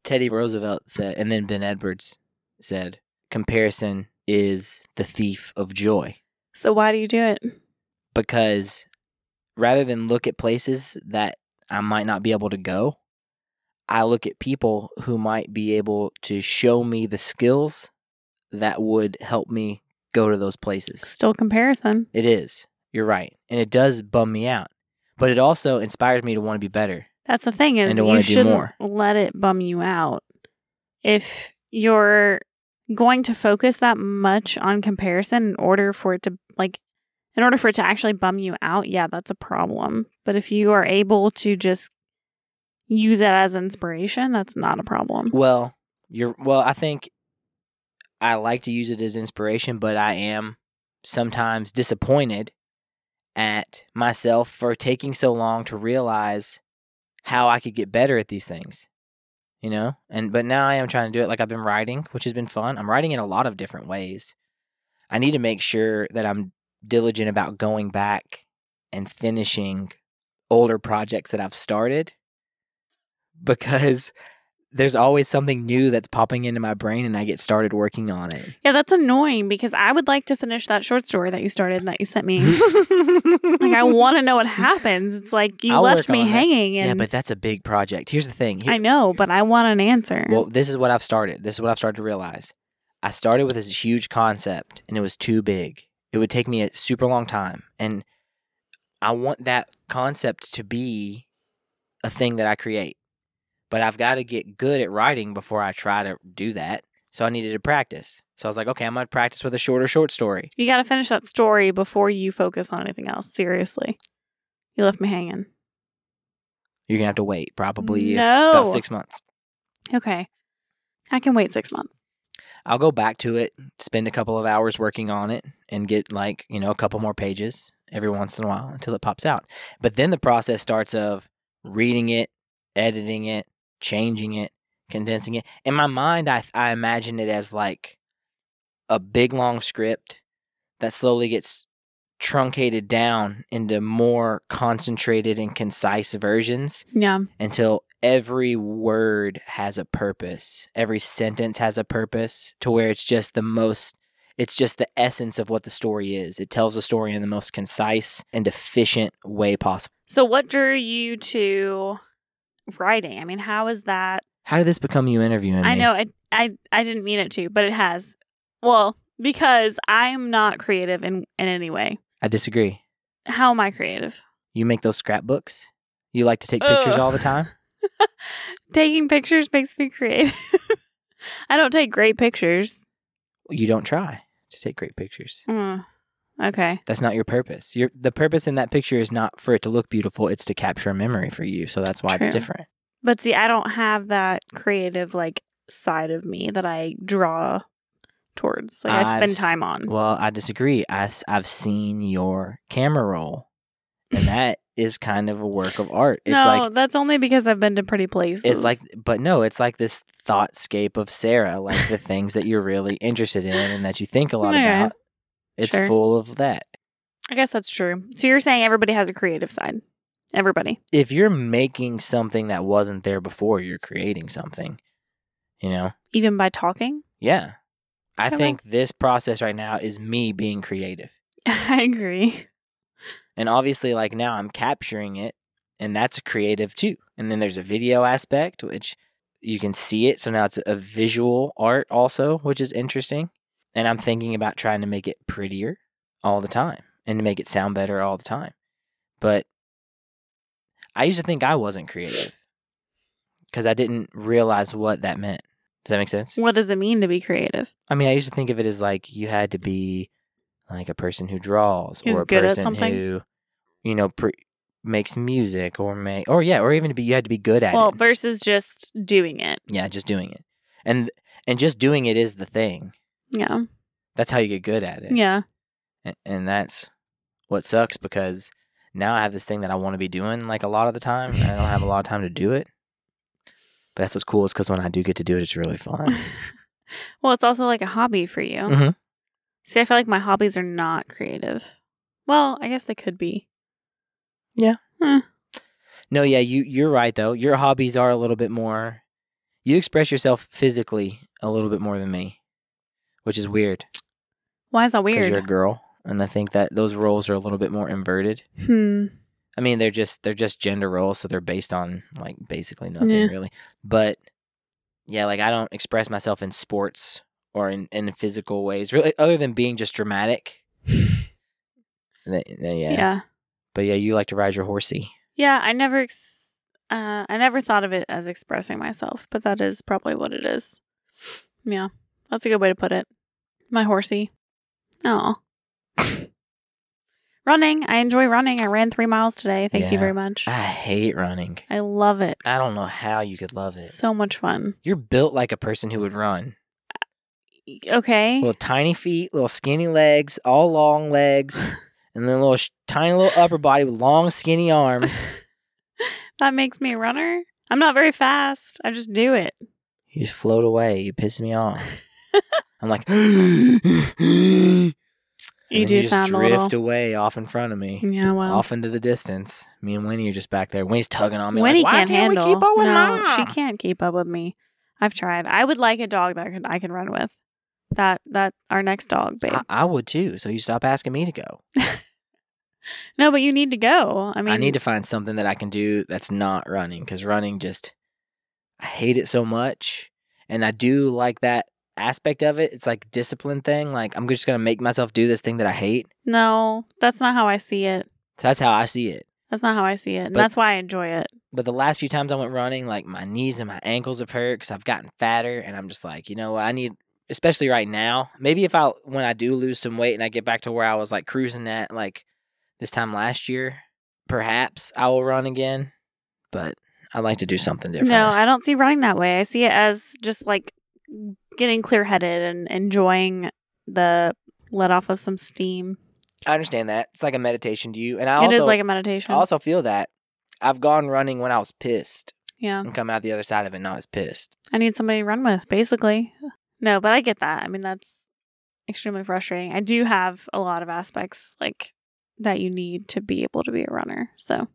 S1: Teddy Roosevelt said, and then Ben Edwards said, comparison is the thief of joy.
S2: so why do you do it?
S1: Because rather than look at places that I might not be able to go, I look at people who might be able to show me the skills that would help me go to those places.
S2: Still comparison.
S1: It is. You're right. And it does bum me out. But it also inspires me to want to be better.
S2: That's the thing is
S1: And to
S2: you
S1: wanna do
S2: shouldn't
S1: more.
S2: let it bum you out. If you're going to focus that much on comparison in order for it to like in order for it to actually bum you out, yeah, that's a problem. But if you are able to just use it as inspiration, that's not a problem.
S1: Well, you're well, I think I like to use it as inspiration, but I am sometimes disappointed at myself for taking so long to realize how I could get better at these things. You know? And but now I am trying to do it like I've been writing, which has been fun. I'm writing in a lot of different ways. I need to make sure that I'm diligent about going back and finishing older projects that I've started because there's always something new that's popping into my brain and I get started working on it.
S2: Yeah, that's annoying because I would like to finish that short story that you started and that you sent me. like
S1: like
S2: I want to know what happens. It's like you
S1: I'll work
S2: left me
S1: on it.
S2: hanging and
S1: Yeah, but that's a big project. Here's the thing. Here-
S2: I know, but I want an answer.
S1: Well, this is what I've started. This is what I've started to realize. I started with this huge concept and it was too big. It would take me a super long time. And I want that concept to be a thing that I create. but I've got to get good at writing before I try to do that. So I needed to practice. So I was like, okay, I'm going to practice with a shorter short story.
S2: You got to finish that story before you focus on anything else. Seriously. You left me hanging.
S1: You're going to have to wait probably
S2: No.
S1: about six months.
S2: Okay. I can wait six months.
S1: I'll go back to it, spend a couple of hours working on it, and get like, you know, a couple more pages every once in a while until it pops out. But then the process starts of reading it, editing it, changing it, condensing it. In my mind, I, I imagine it as like a big long script that slowly gets truncated down into more concentrated and concise versions
S2: Yeah.
S1: until every word has a purpose. Every sentence has a purpose to where it's just the most, it's just the essence of what the story is. It tells the story in the most concise and efficient way possible.
S2: So, what drew you to writing? I mean, how is that?
S1: How did this become you interviewing me?
S2: I know I, I I didn't mean it to, but it has. Well, because I'm not creative in in any way.
S1: I disagree.
S2: How am I creative?
S1: You make those scrapbooks. You like to take pictures
S2: Ugh.
S1: all the time.
S2: Taking pictures makes me creative. I don't take great pictures.
S1: You don't try to take great pictures.
S2: Mm, okay.
S1: That's not your purpose. Your the purpose in that picture is not for it to look beautiful. It's to capture a memory for you. So that's why
S2: True.
S1: it's different.
S2: But see, I don't have that creative like side of me that I draw towards. Like I
S1: I've
S2: spend
S1: s-
S2: time on.
S1: Well, I disagree. I, have seen your camera roll, and that is kind of a work of art. It's
S2: no,
S1: like
S2: that's only because I've been to pretty places.
S1: it's like, but no, it's like this thoughtscape of Sarah, like the things that you're really interested in and that you think a lot
S2: Okay.
S1: about. It's
S2: Sure.
S1: full of that.
S2: I guess that's true. So you're saying everybody has a creative side. Everybody.
S1: If you're making something that wasn't there before, you're creating something. You know?
S2: Even by talking?
S1: Yeah. I
S2: Okay.
S1: think this process right now is me being creative.
S2: I agree.
S1: And obviously, like now I'm capturing it, and that's creative too. And then there's a video aspect, which you can see it. So now it's a visual art also, which is interesting. And I'm thinking about trying to make it prettier all the time and to make it sound better all the time. But I used to think I wasn't creative because I didn't realize what that meant. Does that make sense?
S2: What does it mean to be creative?
S1: I mean, I used to think of it as like you had to be like a person who draws
S2: Who's
S1: or a
S2: good at
S1: person
S2: something?
S1: who, you know, pre- makes music or make or yeah, or even to be you had to be good at
S2: Well,
S1: it.
S2: versus just doing it.
S1: Yeah, just doing it, and and just doing it is the thing.
S2: Yeah.
S1: That's how you get good at it.
S2: Yeah.
S1: and, and that's what sucks because now I have this thing that I want to be doing like a lot of the time. and I don't have a lot of time to do it, but that's what's cool is because when I do get to do it, it's really fun.
S2: well, it's also like a hobby for you.
S1: Mhm.
S2: See, I feel like my hobbies are not creative. Well, I guess they could be.
S1: No, yeah, you you're right though. Your hobbies are a little bit more. You express yourself physically a little bit more than me, which is weird
S2: Why is that
S1: because you're a
S2: weird?
S1: girl, and I think that those roles are a little bit more inverted.
S2: Hmm.
S1: I mean, they're just they're just gender roles, so they're based on like basically nothing
S2: Yeah.
S1: really. But yeah, like I don't express myself in sports or in in physical ways, really, other than being just dramatic. And then- then, yeah.
S2: Yeah. yeah.
S1: but yeah, you like to ride your horsey.
S2: I never ex- uh I never thought of it as expressing myself, but that is probably what it is. Yeah. That's a good way to put it. My horsey. Oh. running. I enjoy running. I ran 3 miles today. Thank you
S1: Yeah.
S2: very much.
S1: I hate running.
S2: I love it.
S1: I don't know how you could love it.
S2: So much fun.
S1: You're built like a person who would run.
S2: Okay.
S1: Little tiny feet, little skinny legs, all long legs, and then little sh- tiny little upper body with long skinny arms.
S2: that makes me a runner. I'm not very fast. I just do it.
S1: You just float away. You piss me off. I'm like, you
S2: You do
S1: just
S2: sound a
S1: drift
S2: little.
S1: away off in front of me,
S2: Yeah, well.
S1: off into the distance. Me and Winnie are just back there. Winnie's tugging on me.
S2: Winnie
S1: like, Why
S2: can't, handle.
S1: we keep up with
S2: no,
S1: mom?
S2: she can't keep up with me. I've tried. I would like a dog that I can, I can run with. That that our next dog, babe.
S1: I, I would too. So you stop asking me to go.
S2: no, but you need to go. I
S1: I,
S2: mean,
S1: need to find something that I can do that's not running because running just, I hate it so much. And I do like that aspect of it. It's like discipline thing. Like I'm just going to make myself do this thing that I hate.
S2: No, that's not how I see it.
S1: That's how I see it.
S2: That's not how I see it, and
S1: But-
S2: that's why I enjoy it.
S1: But the last few times I went running, like my knees and my ankles have hurt because I've gotten fatter, and I'm just like, you know, what, I need, especially right now. Maybe if I when I do lose some weight and I get back to where I was like cruising at like this time last year, perhaps I will run again. But I'd like to do something different.
S2: No, I don't see running that way. I see it as just like getting clear headed and enjoying the let off of some steam.
S1: I understand that it's like a meditation to you, and I
S2: it
S1: also
S2: is like a meditation.
S1: I also feel that I've gone running when I was pissed
S2: yeah.
S1: and come out the other side of it not as pissed.
S2: I need somebody to run with, basically. No, but I get that. I mean, that's extremely frustrating. I do have a lot of aspects like that you need to be able to be a runner. So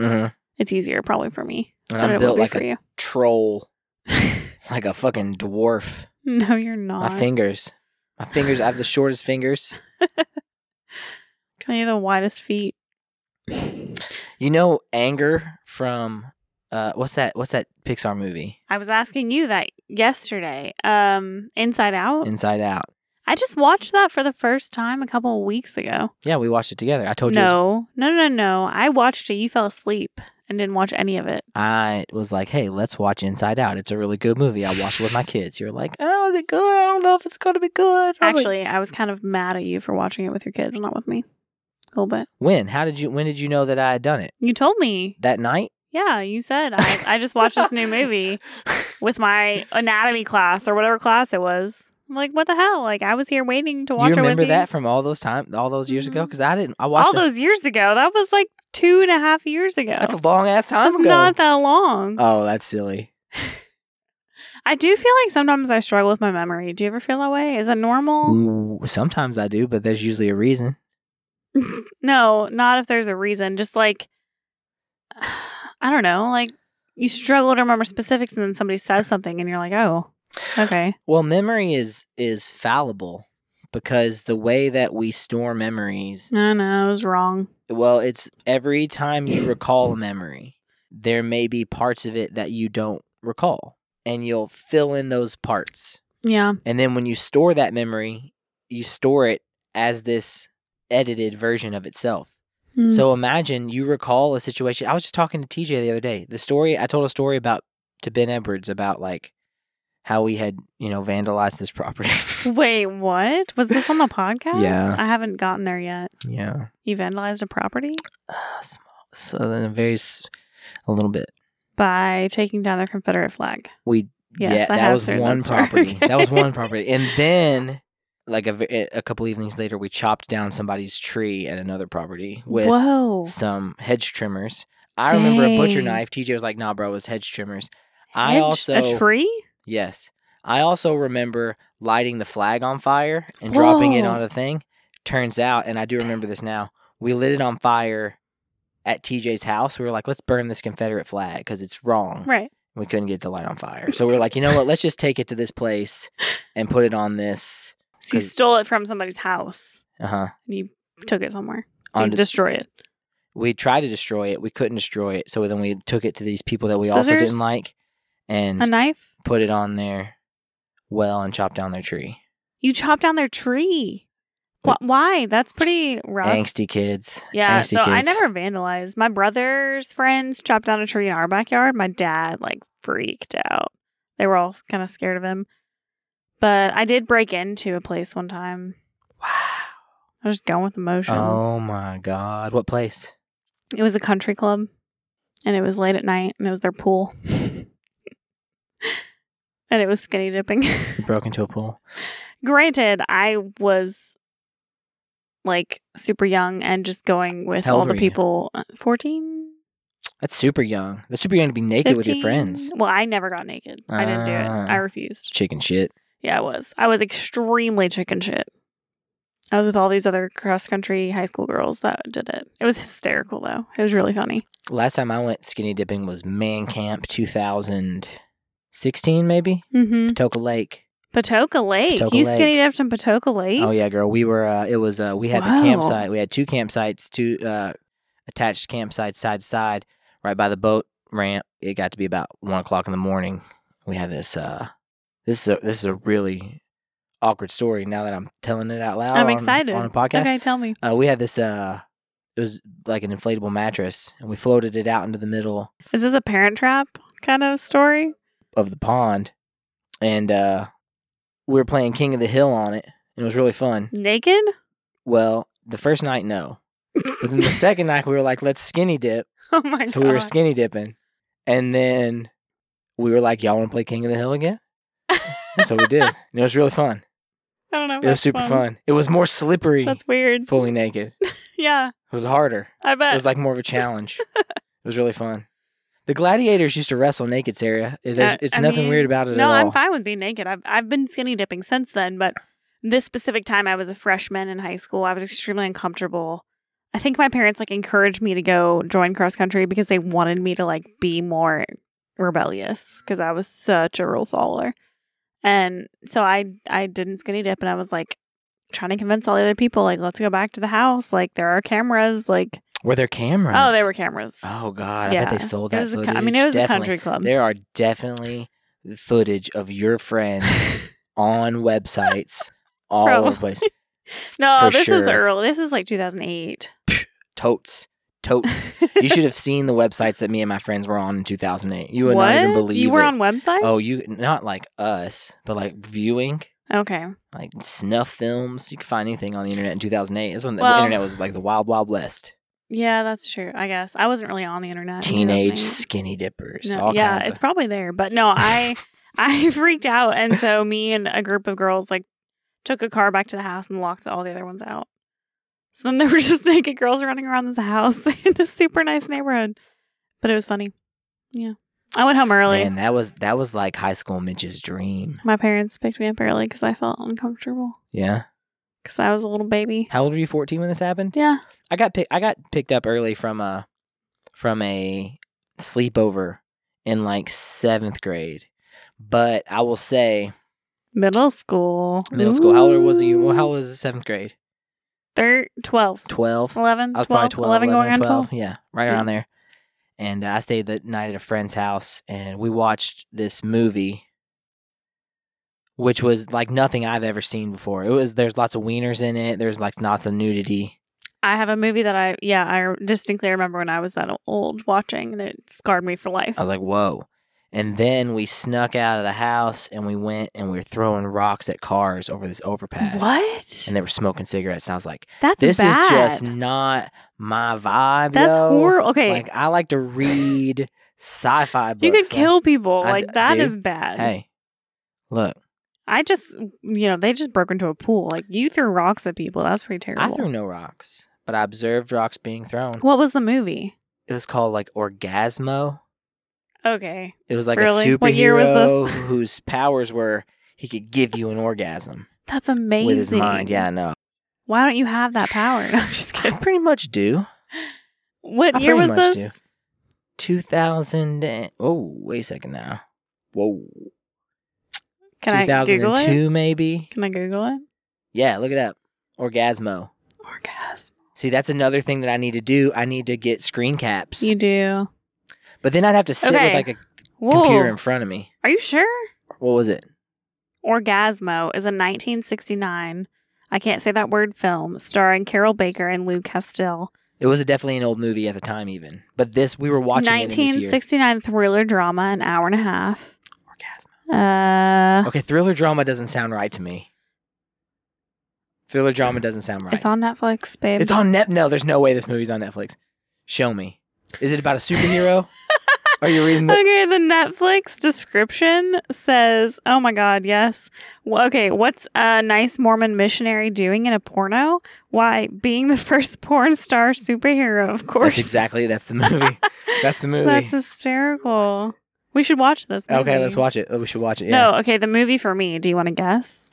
S1: Mm-hmm.
S2: it's easier probably for me
S1: And
S2: than
S1: I'm
S2: it
S1: built
S2: will be
S1: like
S2: for
S1: a
S2: you.
S1: troll, like a fucking dwarf.
S2: No, you're not.
S1: My fingers, my fingers. I have the shortest fingers.
S2: I have the widest feet.
S1: You know, anger from uh, what's that? What's that Pixar movie?
S2: I was asking you that yesterday. Um, Inside Out.
S1: Inside Out.
S2: I just watched that for the first time a couple of weeks ago.
S1: Yeah, we watched it together. I told you. it was-
S2: No, no, no, no. I watched it. You fell asleep and didn't watch any of it.
S1: I was like, "Hey, let's watch Inside Out. It's a really good movie. I watched it with my kids." You were like, "Oh, is it good? I don't know if it's gonna be good." I was like,
S2: Actually, I was kind of mad at you for watching it with your kids, not with me. A little bit.
S1: when? How did you? When did you know that I had done it?
S2: You told me.
S1: That night?
S2: Yeah, you said I, I just watched this new movie with my anatomy class or whatever class it was. I'm like, what the hell? Like, I was here waiting to watch
S1: you
S2: it
S1: remember
S2: with
S1: that from all those time, all those years ago?
S2: Mhm.
S1: Because I didn't. I
S2: you. All
S1: watched. it.
S2: those years ago. That was like two and a half years ago.
S1: That's a long ass time
S2: That's
S1: ago.
S2: not that long.
S1: oh, that's silly.
S2: I do feel like sometimes I struggle with my memory. Do you ever feel that way? Is it normal?
S1: Ooh, sometimes I do, but there's usually a reason.
S2: no, not if there's a reason. Just like I don't know, like you struggle to remember specifics and then somebody says something and you're like, "Oh, okay."
S1: Well, memory is is fallible because the way that we store memories
S2: No, no, I was wrong.
S1: Well, it's every time you recall a memory, there may be parts of it that you don't recall, and you'll fill in those parts.
S2: Yeah.
S1: And then when you store that memory, you store it as this edited version of itself.
S2: Hmm.
S1: So imagine you recall a situation. I was just talking to TJ the other day. The story I told a story about to Ben Edwards about like how we had, you know, vandalized this property.
S2: Wait, what? Was this on the podcast?
S1: Yeah.
S2: I haven't gotten there yet.
S1: yeah.
S2: You vandalized a property
S1: Uh, small. So then a very s- a little bit
S2: by taking down their Confederate flag.
S1: We
S2: Yes,
S1: yeah,
S2: I
S1: that
S2: have
S1: was
S2: heard
S1: one
S2: that story.
S1: property. that was one property, and then like a ve- eh, a couple evenings later, we chopped down somebody's tree at another property with
S2: Whoa.
S1: some hedge trimmers. I remember a butcher
S2: Dang.
S1: knife. TJ was like, "Nah, bro, it was hedge trimmers." I
S2: Hedge-
S1: also
S2: a tree?
S1: yes, I also remember lighting the flag on fire and dropping it
S2: Whoa.
S1: on a thing. Turns out, and I do remember this now. We lit it on fire at TJ's house. We were like, "Let's burn this Confederate flag because it's wrong."
S2: Right.
S1: we couldn't get the light on fire. So we were like, you know what? Let's just take it to this place and put it on this.
S2: So you
S1: 'Cause-
S2: stole it from somebody's house
S1: Uh huh.
S2: and you took it somewhere to
S1: On
S2: destroy it.
S1: we tried to destroy it. We couldn't destroy it. So then we took it to these people that we also
S2: Scissors?
S1: didn't like and
S2: A knife?
S1: put it on their well and chopped down their tree.
S2: You chopped down their tree. Wh- why? That's pretty rough.
S1: Angsty kids.
S2: Yeah,
S1: Angsty
S2: so I
S1: kids.
S2: never vandalized. My brother's friends chopped down a tree in our backyard. My dad like freaked out. They were all kind of scared of him. But I did break into a place one time.
S1: Wow.
S2: I was just going with emotions.
S1: Oh my God. What place?
S2: It was a country club and it was late at night and it was their pool. and it was skinny dipping.
S1: You broke into a pool.
S2: Granted, I was like super young and just going with
S1: How
S2: all
S1: old
S2: the
S1: were you?
S2: people. uh, 14?
S1: That's super young. That's super young to be naked with your
S2: 15?
S1: friends.
S2: Well, I never got naked. I didn't do it.
S1: Ah.
S2: I refused.
S1: Chicken shit.
S2: Yeah, I was. I was extremely chicken shit. I was with all these other cross country high school girls that did it. It was hysterical though. It was really funny.
S1: Last time I went skinny dipping was Man Camp 2016, maybe?
S2: Mm-hmm.
S1: Patoka Lake.
S2: Patoka Lake.
S1: Patoka
S2: you
S1: Lake.
S2: skinny dipped in Patoka Lake.
S1: Oh yeah, girl. We were. Uh, it was. Uh, we had
S2: Wow.
S1: the campsite. We had two campsites, two uh, attached campsites side to side, right by the boat ramp. It got to be about one o'clock in the morning. We had this. Uh, this is a, this is a really awkward story. Now that I'm telling it out loud,
S2: I'm
S1: on-
S2: excited.
S1: on a podcast.
S2: Okay, tell me.
S1: Uh, we had this uh, it was like an inflatable mattress, and we floated it out into the middle
S2: Is this a parent trap kind of story?
S1: of the pond, and uh, we were playing King of the Hill on it, and it was really fun.
S2: Naked?
S1: Well, the first night, no, but then the second night, we were like, let's skinny dip,
S2: oh my
S1: so
S2: god.
S1: we were skinny dipping, and then we were like, y'all want to play King of the Hill again? And so we did, and it was really fun.
S2: I don't know. if
S1: It was
S2: Oh, that's
S1: super fun. It was more slippery,
S2: That's weird.
S1: fully naked.
S2: Yeah,
S1: It was harder.
S2: I bet.
S1: It was like more of a challenge. it was really fun. The gladiators used to wrestle naked, Sarah. There's,
S2: Uh,
S1: it's
S2: I
S1: nothing
S2: mean,
S1: weird about it
S2: no,
S1: at all.
S2: I'm fine with being naked. I've I've been skinny dipping since then, but this specific time I was a freshman in high school. I was extremely uncomfortable. I think my parents like encouraged me to go join cross country because they wanted me to like be more rebellious because I was such a rule follower. And so I I didn't skinny dip and I was like trying to convince all the other people like let's go back to the house like there are cameras like
S1: Were there cameras?
S2: oh there were cameras.
S1: Oh God, I
S2: Yeah.
S1: bet they sold
S2: it
S1: that
S2: was a co-
S1: footage.
S2: I mean it was
S1: Definitely.
S2: a country club.
S1: There are definitely footage of your friends on websites all
S2: Bro.
S1: over the place.
S2: No,
S1: for
S2: this was
S1: sure.
S2: early. This was like 2008.
S1: Totes, totes. you should have seen the websites that me and my friends were on in 2008. You would
S2: what?
S1: not even believe
S2: you were
S1: it.
S2: on websites.
S1: oh, you not like us, but like viewing.
S2: okay.
S1: like snuff films. You could find anything on the internet in 2008. That's when the
S2: Well-
S1: internet was like the wild, wild west.
S2: Yeah, that's true. I guess I wasn't really on the internet. in
S1: Teenage
S2: 2008.
S1: skinny dippers.
S2: No,
S1: all
S2: yeah,
S1: kinds
S2: it's
S1: of.
S2: probably there, but no, I I freaked out, and so me and a group of girls like took a car back to the house and locked all the other ones out. So then there were just naked girls running around the house in a super nice neighborhood, but it was funny. Yeah, I went home early.
S1: Man, that was that was like high school Mitch's dream.
S2: My parents picked me up early because I felt uncomfortable
S1: Yeah.
S2: because I was a little baby.
S1: How old were you? 14 when this happened?
S2: Yeah.
S1: I got pick, I got picked up early from a from a sleepover in like seventh grade. But I will say,
S2: Middle school.
S1: middle school. How old was you? Well,
S2: Ooh.
S1: how old was seventh grade?
S2: Thir- 12.
S1: 12.
S2: 11.
S1: I was
S2: 12,
S1: probably 12,
S2: 11 going on 12.
S1: Yeah, right
S2: Yeah.
S1: around there. And uh, I stayed the night at a friend's house and we watched this movie, which was like nothing I've ever seen before. It was, there's lots of wieners in it, there's like lots of nudity.
S2: I have a movie that I, yeah, I distinctly remember when I was that old watching and it scarred me for life.
S1: I was like, whoa. And then we snuck out of the house and we went and we were throwing rocks at cars over this overpass.
S2: what?
S1: And they were smoking cigarettes. And I was like,
S2: That's
S1: this
S2: bad.
S1: is just not my vibe.
S2: That's
S1: yo.
S2: horrible. Okay.
S1: Like, I like to read sci fi books.
S2: you could
S1: like-
S2: kill people.
S1: I
S2: like,
S1: d-
S2: that
S1: dude,
S2: is bad.
S1: Hey, look,
S2: I just, you know, they just broke into a pool. Like, you threw rocks at people. That's pretty terrible.
S1: I threw no rocks, but I observed rocks being thrown.
S2: What was the movie?
S1: It was called like Orgasmo.
S2: Okay.
S1: It was like a
S2: Really?
S1: superhero
S2: What year was this?
S1: who- whose powers were he could give you an orgasm
S2: That's amazing.
S1: with his mind. Yeah, I know.
S2: Why don't you have that power? No, I'm just
S1: I
S2: kidding.
S1: pretty much do.
S2: What
S1: I
S2: year
S1: pretty
S2: was
S1: much
S2: this?
S1: do. 2000 and, oh, wait a second now. Whoa.
S2: Can I Google
S1: 2002
S2: it?
S1: maybe?
S2: Can I Google it?
S1: Yeah, look it up. Orgasmo.
S2: Orgasm.
S1: See, that's another thing that I need to do. I need to get screen caps.
S2: You do.
S1: But then I'd have to sit
S2: Okay.
S1: with like a
S2: Whoa.
S1: computer in front of me.
S2: Are you sure?
S1: What was it?
S2: Orgasmo is a 1969, I can't say that word film, starring Carol Baker and Lou Castell.
S1: It was definitely an old movie at the time, even. But this, we were watching it in this year.
S2: 1969 thriller drama, an hour and a half.
S1: Orgasmo.
S2: Uh,
S1: Okay, thriller drama doesn't sound right to me. Thriller drama doesn't sound right.
S2: It's on Netflix, babe.
S1: It's on Net. No, there's no way this movie's on Netflix. Show me. Is it about a superhero? Are you reading the?
S2: Okay, the Netflix description says, "Oh my God, yes. Well, okay, what's a nice Mormon missionary doing in a porno? Why, being the first porn star superhero, of course.
S1: That's exactly. That's the movie. That's the movie.
S2: That's hysterical. We should watch this. Movie.
S1: okay, let's watch it. We should watch it. Yeah.
S2: No, okay, the movie for me. Do you want to guess?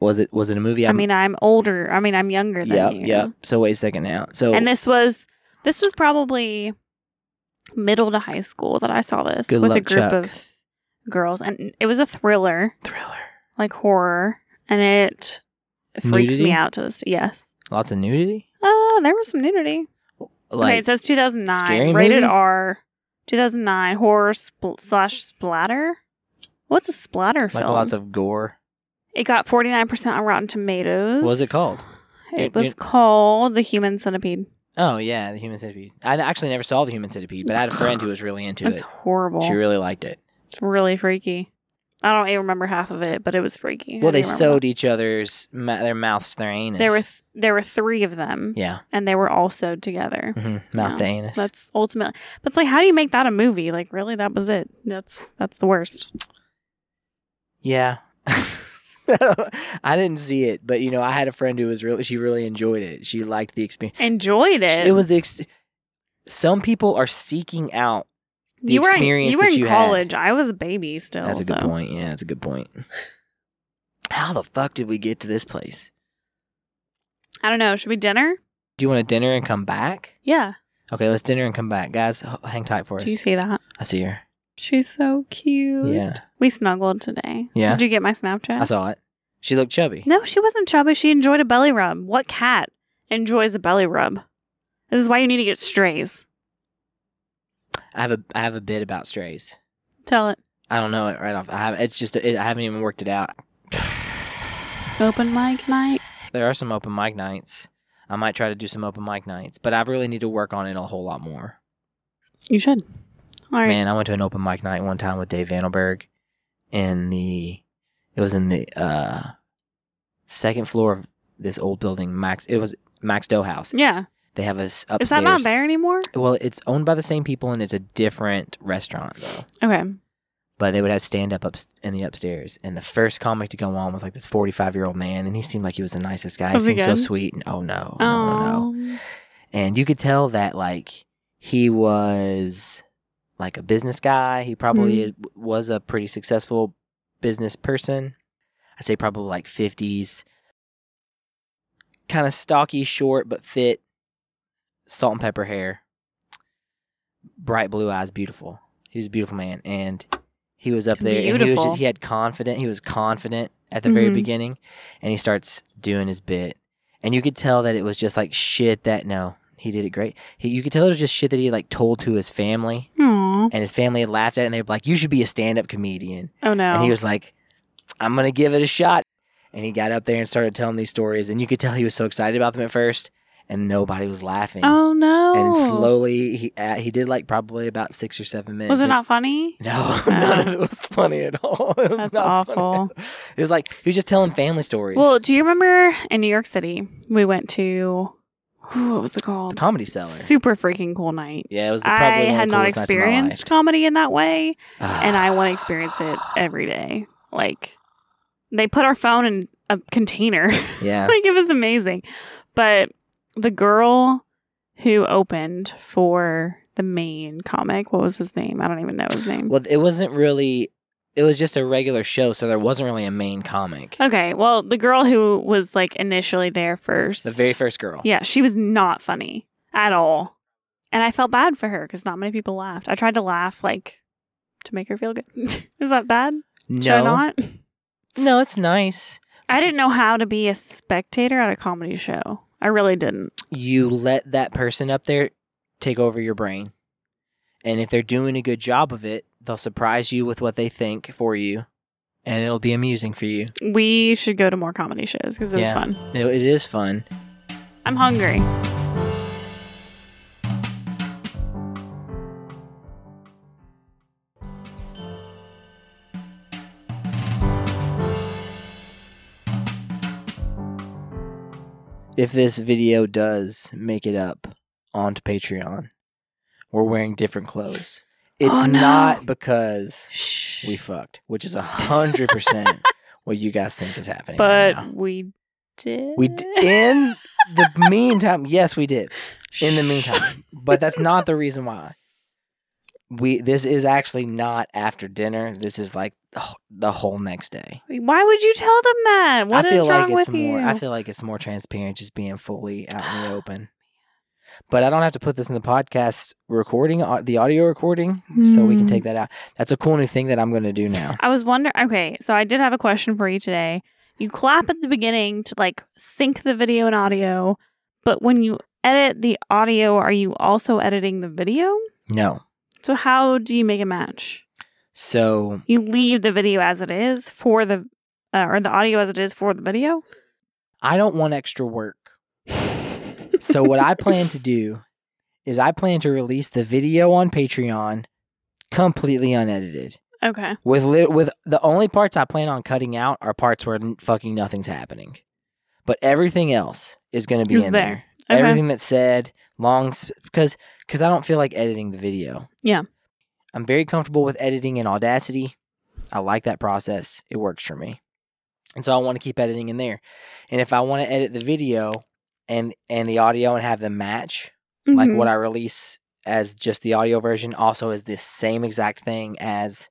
S1: Was it was it a movie?
S2: I mean, I'm older. I mean, I'm younger than
S1: Um, yeah,
S2: you.
S1: yeah. So wait a second now. So
S2: And this was this was probably middle to high school that I saw this
S1: Good
S2: with a
S1: luck,
S2: group
S1: Chuck.
S2: of girls, and it was a thriller,
S1: thriller.
S2: like horror, and it freaks
S1: Nudity?
S2: me out to this. Yes.
S1: Lots of nudity.
S2: Uh, there was some nudity. okay,
S1: Like
S2: it says 2009,
S1: scary
S2: rated
S1: movie?
S2: R, 2009 horror spl- slash splatter. What's a splatter
S1: like
S2: film?
S1: lots of gore.
S2: It got 49% on Rotten Tomatoes.
S1: What was it called?
S2: It
S1: You- you-
S2: was called The Human Centipede.
S1: Oh yeah, the human centipede. I actually never saw the human centipede, but I had a friend who was really into
S2: It's
S1: it.
S2: horrible.
S1: She really liked it.
S2: it's really freaky. I don't even remember half of it, but it was freaky. I
S1: Well, they
S2: do remember
S1: sewed each other's ma- their mouths to their anus.
S2: that. There were th- there were three of them,
S1: yeah,
S2: and they were all sewed together.
S1: hmm not
S2: No,
S1: the anus.
S2: That's ultimately. That's like, how do you make that a movie? Like, really, that was it. That's that's the worst.
S1: Yeah. I didn't see it, but you know, I had a friend who was really she really enjoyed it. She liked the experience.
S2: Enjoyed it.
S1: It was the ex- some people are seeking out. the
S2: you were in-
S1: experience
S2: you were
S1: that
S2: in
S1: you had.
S2: college. I was a baby still.
S1: That's a good
S2: so.
S1: point. Yeah, that's a good point. How the fuck did we get to this place?
S2: I don't know. Should we dinner?
S1: Do you want a dinner and come back?
S2: Yeah.
S1: Okay, let's dinner and come back, guys. h- Hang tight for us.
S2: Do you see that?
S1: I see her.
S2: She's so cute.
S1: Yeah,
S2: We snuggled today.
S1: Yeah.
S2: Did you get my Snapchat?
S1: I saw it. She looked chubby.
S2: No, she wasn't chubby. She enjoyed a belly rub. What cat enjoys a belly rub? This is why you need to get strays.
S1: I have a I have a bit about strays.
S2: Tell it.
S1: I don't know it right off. I have. It's just it, I haven't even worked it out.
S2: Open mic night.
S1: There are some open mic nights. I might try to do some open mic nights, but I really need to work on it a whole lot more.
S2: You should. All right.
S1: Man, I went to an open mic night one time with Dave Vandelberg in the it was in the uh second floor of this old building, Max it was Max Doe House.
S2: Yeah.
S1: They have us
S2: Is
S1: upstairs.
S2: that not there anymore?
S1: Well, it's owned by the same people and it's a different restaurant though.
S2: Okay.
S1: But they would have stand up up in the upstairs, and the first comic to go on was like this forty five year old man, and he seemed like he was the nicest guy.
S2: Was
S1: he
S2: he
S1: seemed so
S2: good?
S1: sweet. And, oh no, no, no, no!
S2: Oh.
S1: and you could tell that like he was like a business guy he probably is- was a pretty successful business person i'd say probably like 50s kind of stocky short but fit salt and pepper hair bright blue eyes beautiful he was a beautiful man and he was up there and he was
S2: Beautiful.
S1: just, he had confident he was confident at the very
S2: Mhm.
S1: beginning and he starts doing his bit and you could tell that it was just like shit that no he did it great he, you could tell it was just shit that he like told to his family
S2: Aw.
S1: and his family had laughed at it and they were like you should be a stand-up comedian
S2: Oh no.
S1: and he was like i'm gonna give it a shot and he got up there and started telling these stories and you could tell he was so excited about them at first and nobody was laughing
S2: Oh no.
S1: and slowly he uh, he did like probably about six or seven minutes
S2: Was it
S1: and-
S2: not funny?
S1: no, none of it was funny at all. It was
S2: That's
S1: not funny at
S2: awful.
S1: all. It was like he was just telling family stories.
S2: Well, do you remember in New York City we went to whew, what was it
S1: the
S2: called?
S1: comedy cellar.
S2: Super freaking cool night.
S1: Yeah, it was the, probably
S2: I
S1: one of the
S2: had not
S1: coolest nights of my life.
S2: experienced comedy in that way,
S1: Ah.
S2: and I want to experience it every day. Like they put our phone in a container.
S1: Yeah.
S2: like it was amazing. But the girl who opened for the main comic, what was his name? I don't even know his name.
S1: Well, it wasn't really. It was just a regular show, so there wasn't really a main comic.
S2: Okay, well, the girl who was like initially there first.
S1: The very first girl.
S2: Yeah, she was not funny at all. And I felt bad for her because not many people laughed. I tried to laugh like to make her feel good. Is that bad? Should I
S1: No.
S2: not?
S1: No, it's nice.
S2: I didn't know how to be a spectator at a comedy show. I really didn't.
S1: You let that person up there take over your brain, and if they're doing a good job of it, they'll surprise you with what they think for you, and it'll be amusing for you.
S2: We should go to more comedy shows because it was
S1: Yeah.
S2: fun.
S1: No, it is fun.
S2: I'm hungry.
S1: If this video does make it up onto Patreon, we're wearing different clothes. It's
S2: Oh, no.
S1: not because
S2: Shh.
S1: we fucked, which is a hundred percent what you guys think is happening. right
S2: but
S1: now.
S2: we did.
S1: we d- in the meantime, yes, we did. In the meantime, but that's not the reason why. We this is actually not after dinner. This is like the wh- the whole next day.
S2: Why would you tell them that? What
S1: I
S2: is
S1: feel
S2: wrong
S1: like it's
S2: with
S1: more.
S2: you? Oh,
S1: I feel like it's more transparent, just being fully out in the open. But I don't have to put this in the podcast recording, au- the audio recording, so we can
S2: Hmm.
S1: take that out. That's a cool new thing that I'm going to do now.
S2: I was wondering. Okay, so I did have a question for you today. You clap at the beginning to like sync the video and audio, but when you edit the audio, are you also editing the video?
S1: No,
S2: So how do you make it match?
S1: so
S2: You leave the video as it is for the uh, or the audio as it is for the video.
S1: I don't want extra work so what I plan to do is I plan to release the video on Patreon completely unedited.
S2: Okay.
S1: With li- with the only parts I plan on cutting out are parts where n- fucking nothing's happening, but everything else is going to be
S2: Is
S1: in
S2: there.
S1: there.
S2: Okay.
S1: Everything that's said, long because because I don't feel like editing the video.
S2: Yeah.
S1: I'm very comfortable with editing in Audacity. I like that process. It works for me, and so I want to keep editing in there. And if I want to edit the video and and the audio and have them match, like
S2: Mhm.
S1: what I release as just the audio version also is the same exact thing as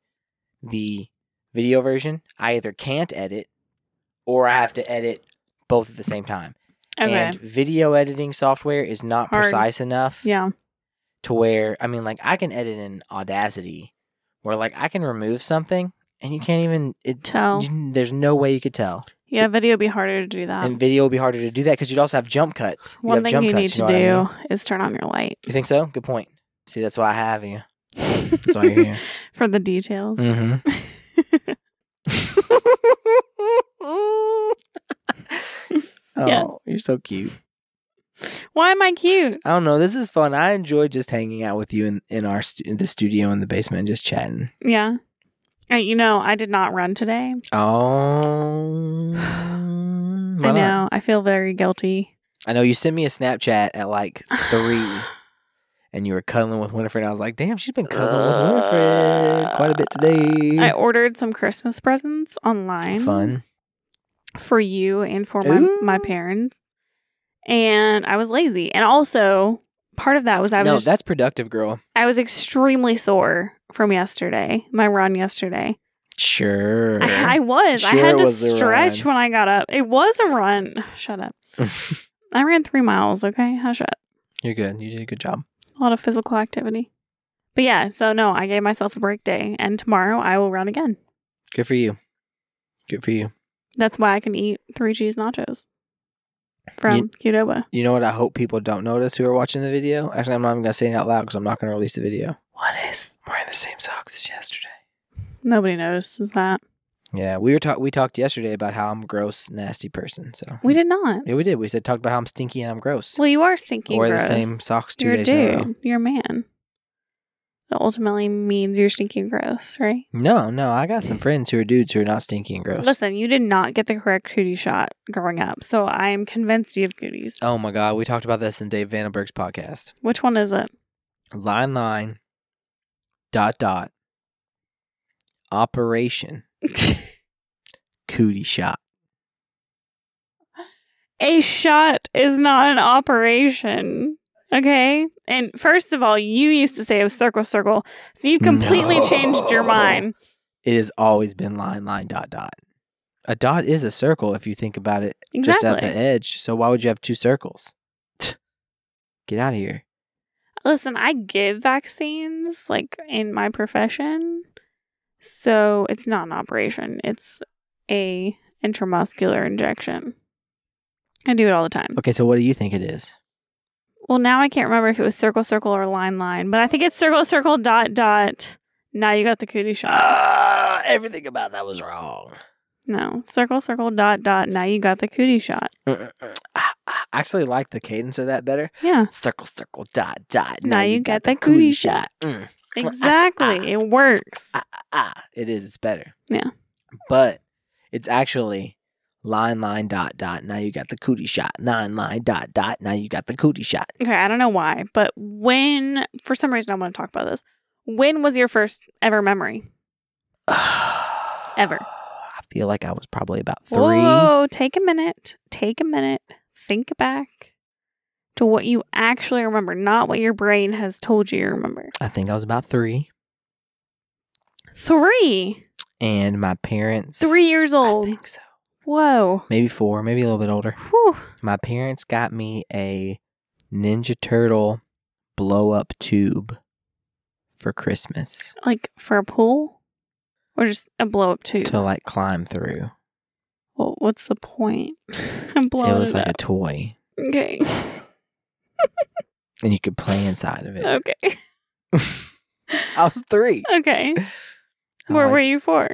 S1: the video version. I either can't edit or I have to edit both at the same time.
S2: Okay.
S1: And video editing software is not
S2: Hard.
S1: precise enough
S2: yeah.
S1: to where I mean like I can edit in Audacity where like I can remove something and you can't even it
S2: Tell.
S1: you- there's no way you could tell.
S2: Yeah, video would be harder to do that.
S1: and video would be harder to do that because you'd also have jump cuts. You'd
S2: Ah. One
S1: have
S2: thing
S1: jump
S2: you
S1: cuts,
S2: need to
S1: know what I
S2: do
S1: mean?
S2: is turn on your light.
S1: You think so? Good point. See, that's why I have you. That's why you're here.
S2: For the details.
S1: Mm-hmm. oh,
S2: Yes.
S1: you're so cute.
S2: Why am I cute?
S1: I don't know. This is fun. I enjoy just hanging out with you in, in our stu- in the studio in the basement, just chatting.
S2: Yeah. Uh, you know, I did not run today.
S1: Oh,
S2: I know. I feel very guilty.
S1: I know. You sent me a Snapchat at like three, and you were cuddling with Winifred. And I was like, "Damn, she's been cuddling with Winifred quite a
S2: Uh,
S1: bit today."
S2: I ordered some Christmas presents online.
S1: Mm. Fun.
S2: for you and for my,
S1: Ooh.
S2: my parents. And I was lazy. And also part of that was I was
S1: no,
S2: just-
S1: that's productive, girl.
S2: I was extremely sore from yesterday, my run yesterday.
S1: Sure.
S2: I, I was. I
S1: Sure
S2: had
S1: it
S2: to
S1: was a
S2: stretch when I got up. It was a run. Shut up. I ran three miles, okay? Hush up.
S1: You're good. You did a good job.
S2: A lot of physical activity. But yeah, so no, I gave myself a break day and tomorrow I will run again.
S1: Good for you. Good for you.
S2: That's why I can eat three cheese nachos from Qdoba.
S1: You know what I hope people don't notice who are watching the video? Actually, I'm not even going to say it out loud because I'm not going to release the video.
S2: What is
S1: I'm wearing the same socks as yesterday.
S2: nobody notices that.
S1: Yeah, we were talk. We talked yesterday about how I'm a gross, nasty person. So
S2: We did not.
S1: Yeah, we did. We said talked about how I'm stinky and I'm gross.
S2: Well, you are stinky.
S1: I wear
S2: gross.
S1: the same socks 2
S2: You're a
S1: days in a row.
S2: dude. You're a man. That ultimately means you're stinky gross, right?
S1: No, no, I got some friends who are dudes who are not stinky and gross.
S2: Listen, you did not get the correct cootie shot growing up, so I am convinced you have cooties.
S1: Oh my god, we talked about this in Dave Vandenberg's podcast.
S2: Which one is it?
S1: Line line. Dot dot. Operation Cootie Shot.
S2: a shot is not an operation. Okay? And first of all, you used to say it was circle circle, so you've completely
S1: No.
S2: changed your mind.
S1: it has always been line, line, dot, dot. A dot is a circle if you think about it just at
S2: Exactly.
S1: the edge. So why would you have two circles? Get out of here.
S2: Listen, I give vaccines like in my profession. So it's not an operation. It's a intramuscular injection. I do it all the time.
S1: Okay, so what do you think it is?
S2: Well, now I can't remember if it was circle circle or line line, but I think it's circle circle dot dot. Now you got the cootie shot.
S1: Ah, everything about that was wrong.
S2: No, circle circle dot dot. Now you got the cootie shot.
S1: I I actually like the cadence of that better.
S2: Yeah,
S1: Circle, circle, dot, dot.
S2: Now you got the cootie
S1: Mm,
S2: exactly. It works.
S1: ah, ah, ah. It is. It's better.
S2: Yeah.
S1: But it's actually line, line, dot, dot. Now you got the cootie shot. Line, line, dot, dot. Now you got the cootie shot.
S2: Okay, I don't know why, but when for some reason I want to talk about this. When was your first ever memory? Ever.
S1: I feel like I was probably about three.
S2: Whoa, take a minute. Take a minute. Think back to what you actually remember, not what your brain has told you you remember.
S1: I think I was about three.
S2: Three.
S1: And my parents.
S2: Three years
S1: I
S2: old.
S1: think so.
S2: Whoa.
S1: Maybe four, maybe a little bit older.
S2: Whew.
S1: My parents got me a Ninja Turtle blow up tube for Christmas
S2: Like for a pool? Or just a blow up tube?
S1: to like climb through.
S2: well, what's the point? I'm blowing
S1: it
S2: it,
S1: was like
S2: up.
S1: a toy,
S2: okay.
S1: and you could play inside of it.
S2: okay.
S1: I was three.
S2: Okay.
S1: I'm
S2: Where
S1: like-
S2: were you for?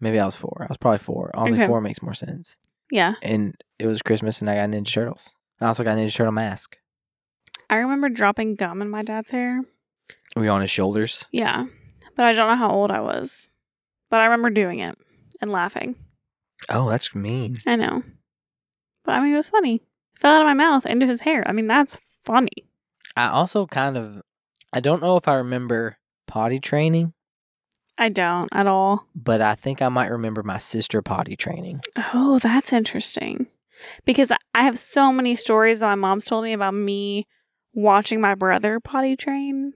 S1: Maybe I was four. I was probably four. I was like
S2: Okay.
S1: four makes more sense.
S2: Yeah.
S1: And it was Christmas, and I got Ninja Turtles. I also got Ninja Turtle mask.
S2: I remember dropping gum in my dad's hair.
S1: Were you on his shoulders?
S2: Yeah. But I don't know how old I was. But I remember doing it and laughing.
S1: Oh, that's mean.
S2: I know. But I mean, it was funny. Fell out of my mouth into his hair. I mean, that's funny.
S1: I also kind of, I don't know if I remember potty training,
S2: I don't at all.
S1: but I think I might remember my sister potty training.
S2: Oh, that's interesting. Because I- I have so many stories that my mom's told me about me watching my brother potty train,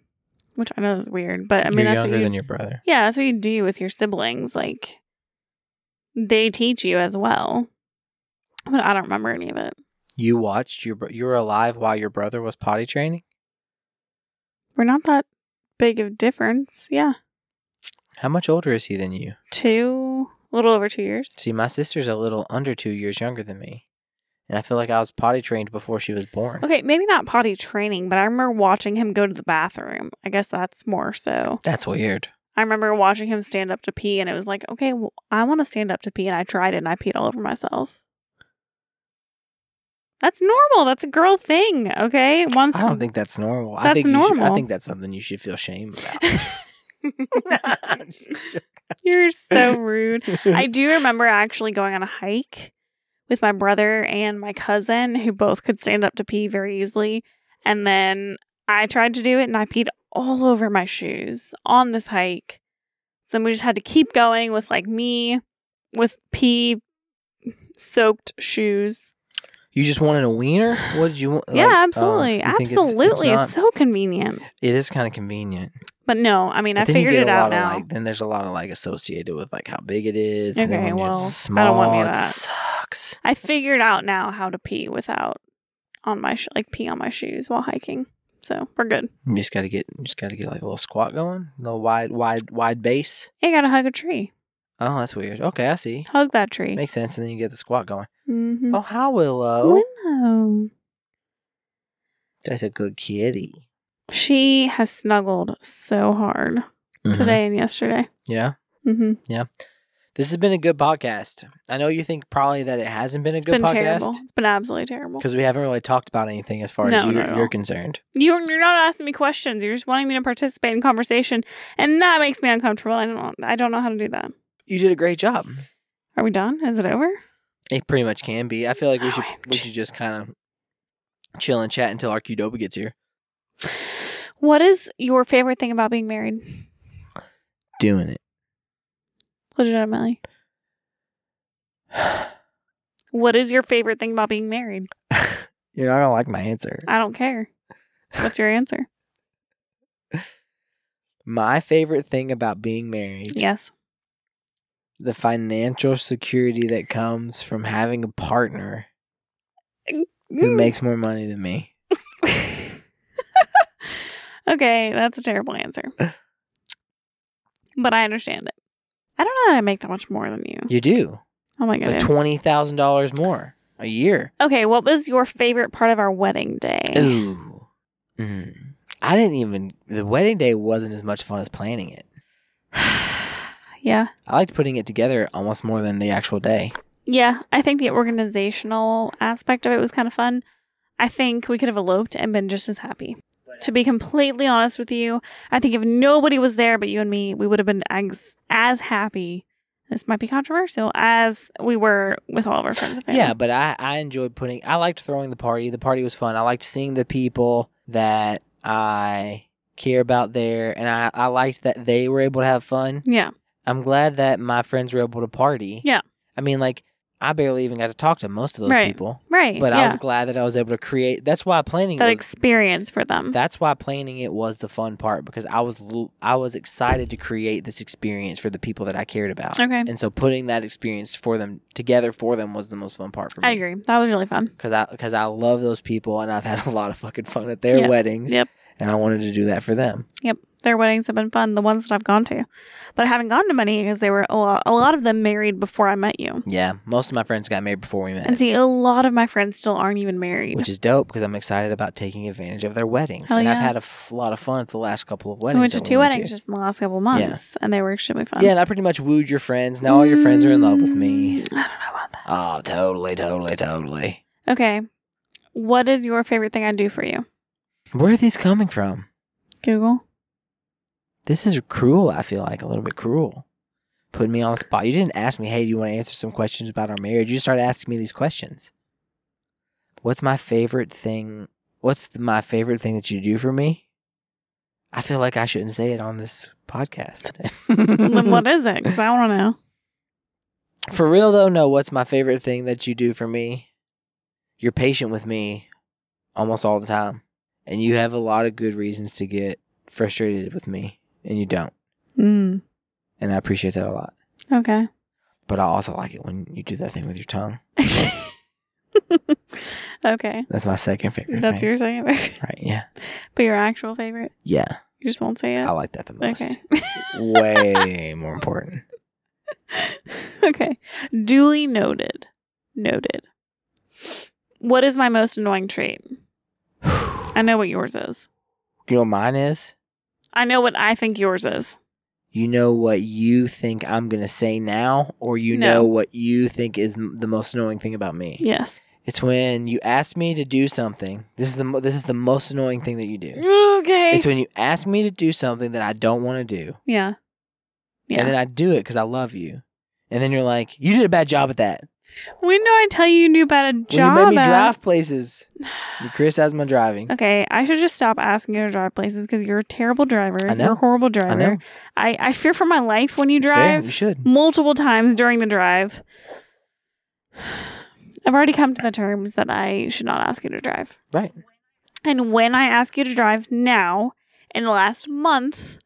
S2: which I know is weird, but I mean,
S1: You're
S2: that's what
S1: younger
S2: you,
S1: than your brother.
S2: yeah, that's what you do with your siblings. Like, they teach you as well. But I don't remember any of it.
S1: You watched your, bro- you were alive while your brother was potty training.
S2: We're not that big of difference. Yeah.
S1: How much older is he than you?
S2: Two, a little over two years.
S1: See, my sister's a little under two years younger than me, and I feel like I was potty trained before she was born.
S2: Okay, maybe not potty training, but I remember watching him go to the bathroom. I guess that's more so.
S1: That's weird.
S2: I remember watching him stand up to pee, and it was like, okay, well, I want to stand up to pee, and I tried it, and I peed all over myself. That's normal. That's a girl thing. Okay, once.
S1: I don't think that's normal. I
S2: That's
S1: think you Should, I
S2: normal.
S1: think that's something you should feel shame about. I'm just joking.
S2: You're so rude. I do remember actually going on a hike with my brother and my cousin, who both could stand up to pee very easily. And then I tried to do it and I peed all over my shoes on this hike. So we just had to keep going with like me with pee soaked shoes.
S1: you just wanted a wiener? What did you want?
S2: yeah,
S1: like, oh,
S2: absolutely.
S1: you think it's-
S2: absolutely. It's,
S1: It's,
S2: so convenient.
S1: kind of convenient.
S2: But no, I mean,
S1: But
S2: I
S1: then you
S2: figured
S1: get
S2: it
S1: a
S2: out
S1: lot of,
S2: now.
S1: Like, then there's a lot of like associated with like how big it is. and then
S2: Okay,
S1: when you're
S2: well,
S1: small,
S2: I don't want any of
S1: it
S2: that.
S1: sucks.
S2: I figured out now how to pee without on my sh- like pee on my shoes while hiking. So we're good.
S1: You just gotta get, you just gotta get like a little squat going, a little wide, wide, wide base.
S2: You gotta hug a tree.
S1: Oh, that's weird. Okay, I see.
S2: Hug that tree.
S1: Makes sense, and then you get the squat going.
S2: Mm-hmm.
S1: Oh, hi Willow.
S2: Willow.
S1: That's a good kitty.
S2: She has snuggled so hard
S1: Mm-hmm.
S2: today and yesterday.
S1: Yeah.
S2: Mm-hmm.
S1: This has been a good podcast. I know you think probably that it hasn't been a
S2: It's
S1: good
S2: been
S1: podcast
S2: terrible. It's been absolutely terrible.
S1: because we haven't really talked about anything as far as
S2: No,
S1: you,
S2: not at
S1: you're
S2: all.
S1: concerned.
S2: You're, you're not asking me questions. You're just wanting me to participate in conversation, and that makes me uncomfortable. I don't I don't know how to do that.
S1: You did a great job.
S2: Are we done? Is it over? It
S1: It pretty much can be. I feel like we should we
S2: OMG.
S1: should just kind of chill and chat until our Qdoba gets here.
S2: What is your favorite thing about being married?
S1: Doing it.
S2: Legitimately. What is your favorite thing about being married?
S1: You're not gonna like my answer.
S2: I don't care. What's your answer?
S1: My favorite thing about being married
S2: yes.
S1: the financial security that comes from having a partner who
S2: Hmm. Mm.
S1: makes more money than me.
S2: okay, that's a terrible answer. But I understand it. I don't know how to make that much more than you.
S1: You do.
S2: Oh my
S1: It's
S2: god.
S1: like twenty thousand dollars more a year.
S2: okay, what was your favorite part of our wedding day?
S1: Ooh. Mm. I didn't even the wedding day wasn't as much fun as planning it.
S2: yeah.
S1: I liked putting it together almost more than the actual day.
S2: Yeah, I think the organizational aspect of it was kind of fun. I think we could have eloped and been just as happy. To be completely honest with you, I think if nobody was there but you and me, we would have been as, as happy. This might be controversial as we were with all of our friends and family.
S1: Yeah, but I, I enjoyed putting I liked throwing the party. The party was fun. I liked seeing the people that I care about there and I, I liked that they were able to have fun.
S2: Yeah.
S1: I'm glad that my friends were able to party.
S2: Yeah.
S1: I mean, like, I barely even got to talk to most of those
S2: Right.
S1: people.
S2: Right.
S1: But
S2: yeah.
S1: I was glad that I was able to create. That's why planning
S2: that mm.
S1: was.
S2: experience for them.
S1: that's why planning it was the fun part because I was l- I was excited to create this experience for the people that I cared about.
S2: okay.
S1: And so putting that experience for them together for them was the most fun part for me.
S2: I agree. That was really fun.
S1: Cause I, cause I love those people, and I've had a lot of fucking fun at their
S2: Yeah.
S1: weddings.
S2: Yep.
S1: And I wanted to do that for them.
S2: Their weddings have been fun, the ones that I've gone to. But I haven't gone to many because they were a lot, a lot of them married before I met you.
S1: Yeah. Most of my friends got married before we met.
S2: And see, a lot of my friends still aren't even married.
S1: which is dope because I'm excited about taking advantage of their weddings.
S2: Hell
S1: and I've
S2: yeah.
S1: had a f- lot of fun at the last couple of
S2: we
S1: weddings.
S2: went to
S1: that
S2: two
S1: went
S2: weddings just in the last couple of months, and they were extremely fun.
S1: Yeah, and I pretty much wooed your friends. Now all your friends are in love with me.
S2: Mm, I don't know about that.
S1: Oh, totally, totally, totally.
S2: Okay. What is your favorite thing I do for you?
S1: Where are these coming from?
S2: Google.
S1: This is cruel, I feel like, a little bit cruel. Putting me on the spot. You didn't ask me, hey, do you want to answer some questions about our marriage? You just started asking me these questions. What's my favorite thing? What's th- my favorite thing that you do for me? I feel like I shouldn't say it on this podcast.
S2: then what is it? 'Cause I want to know.
S1: For real though, no, what's my favorite thing that you do for me? You're patient with me almost all the time. And you have a lot of good reasons to get frustrated with me, and you don't.
S2: Mm,
S1: And I appreciate that a lot.
S2: okay.
S1: But I also like it when you do that thing with your tongue.
S2: okay.
S1: That's my second favorite
S2: That's
S1: thing.
S2: your second favorite.
S1: Right, yeah.
S2: But your actual favorite?
S1: Yeah.
S2: You just won't say it?
S1: I like that the most.
S2: okay.
S1: Way more important.
S2: okay. Duly noted. Noted. What is my most annoying trait? I
S1: you
S2: know what yours is.
S1: know what mine is?
S2: I know what I think yours is.
S1: You know what you think I'm going to say now, or you
S2: No.
S1: know what you think is m- the most annoying thing about me.
S2: Yes.
S1: It's when you ask me to do something. This is the mo- this is the most annoying thing that you do.
S2: Okay.
S1: It's when you ask me to do something that I don't want to do,
S2: yeah. Yeah.
S1: and then I do it because I love you, and then you're like, "You did a bad job at that."
S2: when do I tell you you knew about a
S1: When you
S2: job?
S1: made me
S2: ad-
S1: drive places, you criticized my driving.
S2: Okay, I should just stop asking you to drive places because you're a terrible driver.
S1: I know.
S2: You're a horrible driver.
S1: I know.
S2: I, I fear for my life when you
S1: It's fair.
S2: drive
S1: You should.
S2: multiple times during the drive. I've already come to the terms that I should not ask you to drive.
S1: Right.
S2: And when I ask you to drive now, in the last month,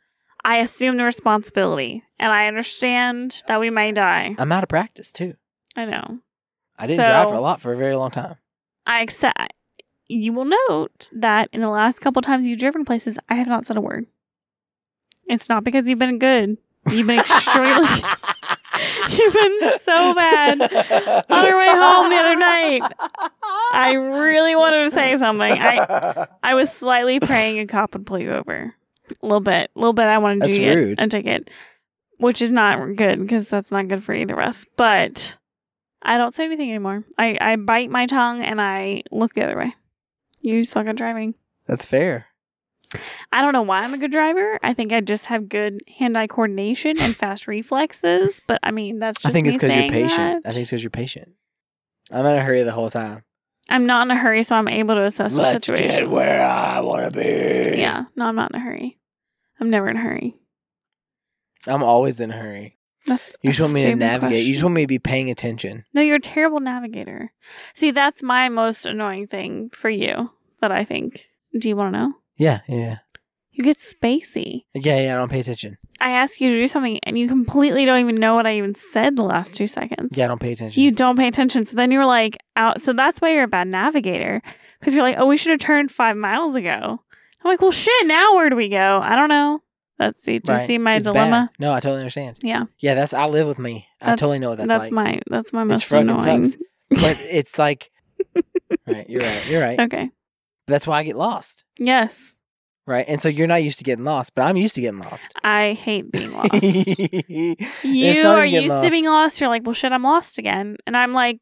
S2: I assume the responsibility. And I understand that we may die.
S1: I'm out of practice too.
S2: I know.
S1: I didn't drive for
S2: So-
S1: a lot for a very long time.
S2: I accept. You will note that in the last couple times you've driven places, I have not said a word. It's not because you've been good. You've been extremely. you've been so bad. On our way home the other night, I really wanted to say something. I I was slightly praying a cop would pull you over. A little bit, a little bit. I wanted to
S1: That's
S2: get
S1: rude.
S2: a ticket, which is not good because that's not good for either of us. But I don't say anything anymore. I I bite my tongue and I look the other way. You suck at driving.
S1: That's fair.
S2: I don't know why I'm a good driver. I think I just have good hand-eye coordination and fast reflexes. But I mean, that's just
S1: I think it's
S2: because
S1: because you're patient. I think it's because you're patient. I'm in a hurry the whole time.
S2: I'm not in a hurry, so I'm able to assess the situation.
S1: where I want to be.
S2: Yeah, no, I'm not in a hurry. I'm never in a hurry.
S1: I'm always in a hurry.
S2: That's
S1: You just
S2: a
S1: want me to
S2: stupid
S1: navigate. You just
S2: question.
S1: want me to be paying attention.
S2: No, you're a terrible navigator. See, that's my most annoying thing for you that I think. Do you want to know?
S1: Yeah, yeah,
S2: You get spacey.
S1: yeah, yeah. I don't pay attention.
S2: I ask you to do something and you completely don't even know what I even said the last two seconds.
S1: Yeah, I don't pay attention.
S2: You don't pay attention. So then you're like out. So that's why you're a bad navigator because you're like, oh, we should have turned five miles ago. I'm like, well, shit, now where do we go? I don't know. Let's see. Do you
S1: Right.
S2: see my
S1: It's
S2: dilemma?
S1: bad. No, I totally understand.
S2: Yeah.
S1: Yeah, that's. I live with me. I
S2: That's-
S1: totally know what
S2: That's,
S1: that's, like.
S2: my, that's my
S1: It's
S2: most
S1: fucking
S2: annoying.
S1: sucks. But it's like. right, you're right. You're right.
S2: Okay.
S1: That's why I get lost.
S2: Yes.
S1: Right, and so you're not used to getting lost, but I'm used to getting lost.
S2: I hate being lost.
S1: lost.
S2: you
S1: not
S2: are
S1: even getting
S2: used to
S1: lost.
S2: being lost. You're like, well, shit, I'm lost again. And I'm like,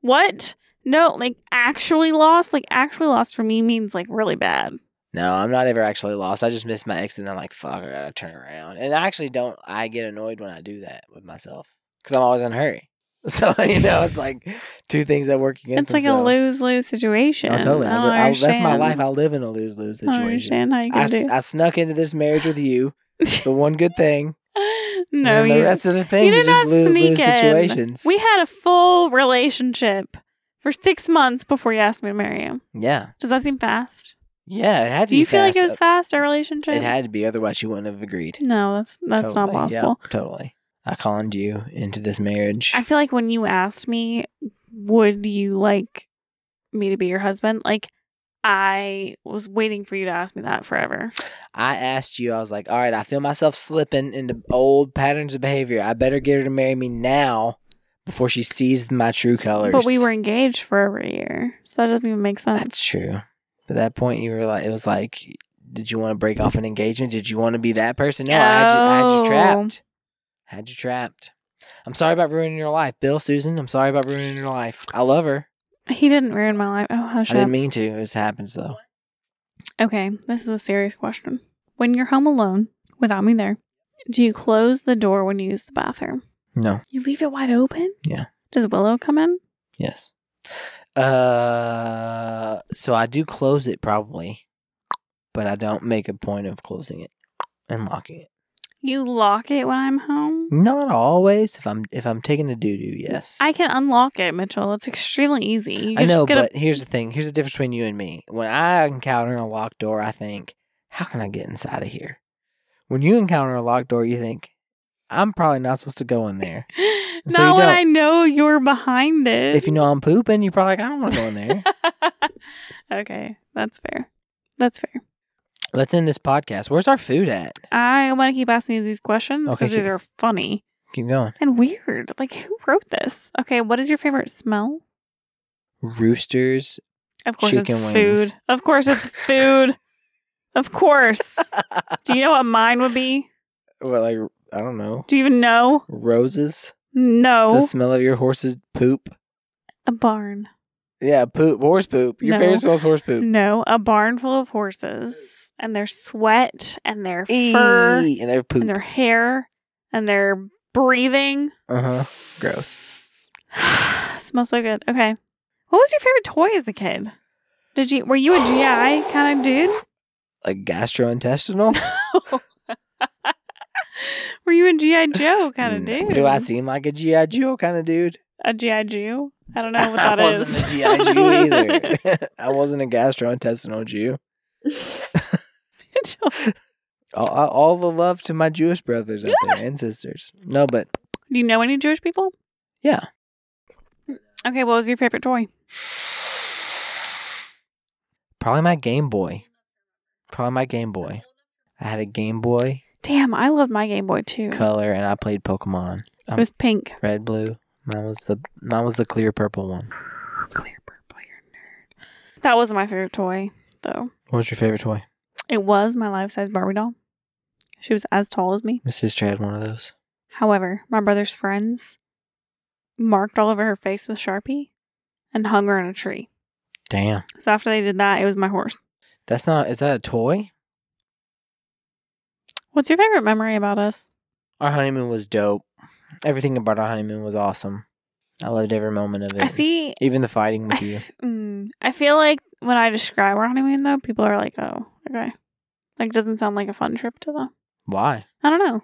S2: what? No, like actually lost. Like actually lost for me means like really bad.
S1: No, I'm not ever actually lost. I just miss my exit and I'm like, fuck, I gotta turn around. And I actually don't, I get annoyed when I do that with myself because I'm always in a hurry. So, you know, it's like two things that work against
S2: It's like a
S1: themselves.
S2: lose lose situation.
S1: Oh, totally.
S2: I
S1: I
S2: don't
S1: li- I- that's my
S2: understand.
S1: life. I live in a lose lose
S2: I don't
S1: situation.
S2: understand how you
S1: I,
S2: can
S1: s-
S2: do.
S1: I snuck into this marriage with you, the one good thing.
S2: no,
S1: and then
S2: you,
S1: the rest of the things are
S2: did
S1: just
S2: not
S1: lose
S2: sneak
S1: lose
S2: in.
S1: situations.
S2: we had a full relationship for six months before you asked me to marry you.
S1: yeah.
S2: Does that seem fast?
S1: Yeah. It had to
S2: Do
S1: be
S2: you feel like it
S1: fast.
S2: was fast our relationship?
S1: It had to be, otherwise, you wouldn't have agreed.
S2: no, that's that's not
S1: Totally.
S2: possible.
S1: Yeah, totally. I conned you into this marriage.
S2: I feel like when you asked me, would you like me to be your husband? Like, I was waiting for you to ask me that forever.
S1: I asked you, I was like, all right, I feel myself slipping into old patterns of behavior. I better get her to marry me now before she sees my true colors.
S2: But we were engaged for over a year, so that doesn't even make sense.
S1: That's true. But at that point, you were like, it was like, did you want to break off an engagement? Did you want to be that person? No, I, had you, I had you
S2: Oh.
S1: trapped. I had you trapped. I'm sorry about ruining your life, Bill, Susan. I'm sorry about ruining your life. I love her.
S2: He didn't ruin my life. Oh, hush
S1: I
S2: up.
S1: didn't mean to. This happens though.
S2: Okay, this is a serious question. When you're home alone without me there, do you close the door when you use the bathroom?
S1: No.
S2: You leave it wide open?
S1: Yeah.
S2: Does Willow come in?
S1: Yes. Uh, so I do close it probably, but I don't make a point of closing it and locking it.
S2: You lock it when I'm home?
S1: Not always. If I'm if I'm taking a doo doo, yes.
S2: I can unlock it, Mitchell. It's extremely easy. You
S1: I know,
S2: just get a-
S1: but here's the thing. Here's the difference between you and me. When I encounter a locked door, I think, how can I get inside of here? When you encounter a locked door, you think, I'm probably not supposed to go in there. you
S2: Not when
S1: don't.
S2: I know you're behind it.
S1: If you know I'm pooping, you're probably like, I don't want to go in there.
S2: okay, that's fair. That's fair.
S1: Let's end this podcast. Where's our food at?
S2: I want to keep asking you these questions
S1: Okay,
S2: because
S1: keep-
S2: these are funny
S1: Keep going.
S2: and weird. Like, who wrote this? Okay, what is your favorite smell?
S1: Roosters.
S2: Of course,
S1: Chicken
S2: it's
S1: wings.
S2: food. Of course, it's food. of course. Do you know what mine would be?
S1: Well, like I don't know,
S2: Do you even know?
S1: roses.
S2: No,
S1: The smell of your horse's poop.
S2: a barn.
S1: Yeah, poop, horse poop. Your
S2: No.
S1: favorite smell is horse poop.
S2: No, a barn full of horses and their sweat and their fur
S1: Eee, and their poop.
S2: and their hair and their breathing.
S1: Uh huh. Gross.
S2: Smells so good. Okay. What was your favorite toy as a kid? Did you were you a GI kind of dude?
S1: Like gastrointestinal.
S2: Were you a GI Joe kind of
S1: No.
S2: dude?
S1: Do I seem like a GI Joe kind of dude?
S2: a GI Jew? I don't know what that
S1: I
S2: is.
S1: wasn't a GI Jew either. I wasn't a gastrointestinal Jew.
S2: Mitchell,
S1: All, all- all the love to my Jewish brothers out there and sisters. No, but
S2: Do you know any Jewish people?
S1: yeah.
S2: Okay, what was your favorite toy?
S1: Probably my Game Boy. Probably my Game Boy. I had a Game Boy
S2: Damn, I loved my Game Boy too.
S1: color, and I played Pokemon.
S2: It was pink.
S1: Red, blue. Mine was the mine was the clear purple one.
S2: Clear purple, you're a nerd. That wasn't my favorite toy, though.
S1: What was your favorite toy?
S2: It was my life size Barbie doll. She was as tall as me.
S1: My sister had one of those.
S2: However, my brother's friends marked all over her face with Sharpie and hung her in a tree.
S1: Damn,
S2: So after they did that, it was my horse.
S1: that's not. Is that a toy?
S2: What's your favorite memory about us?
S1: Our honeymoon was dope. Everything about our honeymoon was awesome. I loved every moment of it.
S2: I see.
S1: Even the fighting
S2: I,
S1: with you.
S2: f- mm, I feel like when I describe our honeymoon, though, people are like, "Oh, okay," like doesn't sound like a fun trip to them.
S1: Why?
S2: I don't know.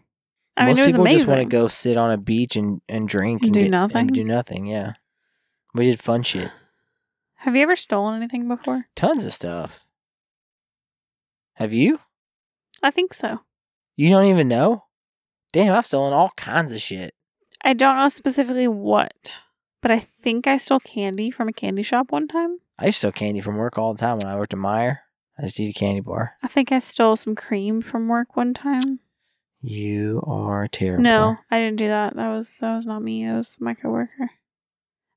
S2: I
S1: Most
S2: mean, it was
S1: people
S2: amazing.
S1: just want to go sit on a beach and and drink
S2: And
S1: and
S2: do
S1: get-
S2: nothing?
S1: And do nothing. Yeah, we did fun shit.
S2: Have you ever stolen anything before?
S1: Tons of stuff. Have you?
S2: I think so.
S1: You don't even know? Damn, I've stolen all kinds of shit.
S2: I don't know specifically what, but I think I stole candy from a candy shop one time.
S1: I used to steal candy from work all the time when I worked at Meyer. I just eat a candy bar.
S2: I think I stole some cream from work one time.
S1: You are terrible.
S2: No, I didn't do that. That was that was not me. That was my coworker.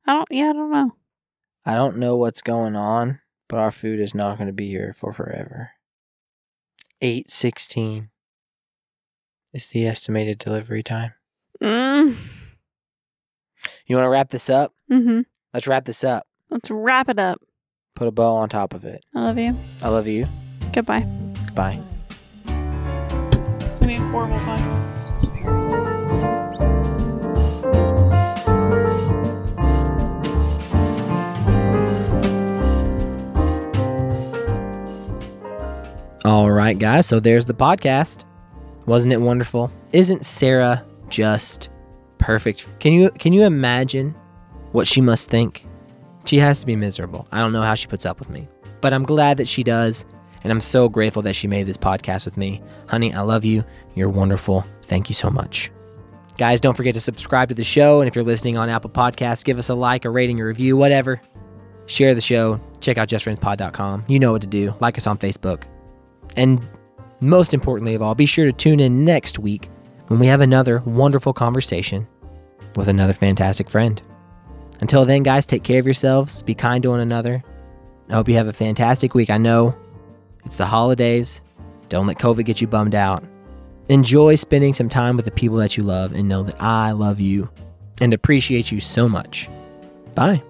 S2: I don't. Yeah, I don't know.
S1: I don't know what's going on, but our food is not going to be here for forever. 816 is the estimated delivery time.
S2: Mm.
S1: You want to wrap this up?
S2: Hmm.
S1: Let's wrap this up.
S2: Let's wrap it up.
S1: Put a bow on top of it.
S2: I love you.
S1: I love you.
S2: Goodbye.
S1: Goodbye.
S2: It's gonna be a horrible podcast.
S1: All right, guys. So there's the podcast. Wasn't it wonderful? Isn't Sarah just perfect? Can you can you imagine what she must think? She has to be miserable. I don't know how she puts up with me, but I'm glad that she does, and I'm so grateful that she made this podcast with me. Honey, I love you. You're wonderful. Thank you so much. Guys, don't forget to subscribe to the show, and if you're listening on Apple Podcasts, give us a like, a rating, a review, whatever. Share the show. Check out justfriendspod.com. You know what to do. Like us on Facebook. And most importantly of all, be sure to tune in next week when we have another wonderful conversation with another fantastic friend. Until then, guys, take care of yourselves, be kind to one another. I hope you have a fantastic week. I know it's the holidays. Don't let COVID get you bummed out. Enjoy spending some time with the people that you love and know that I love you and appreciate you so much. Bye.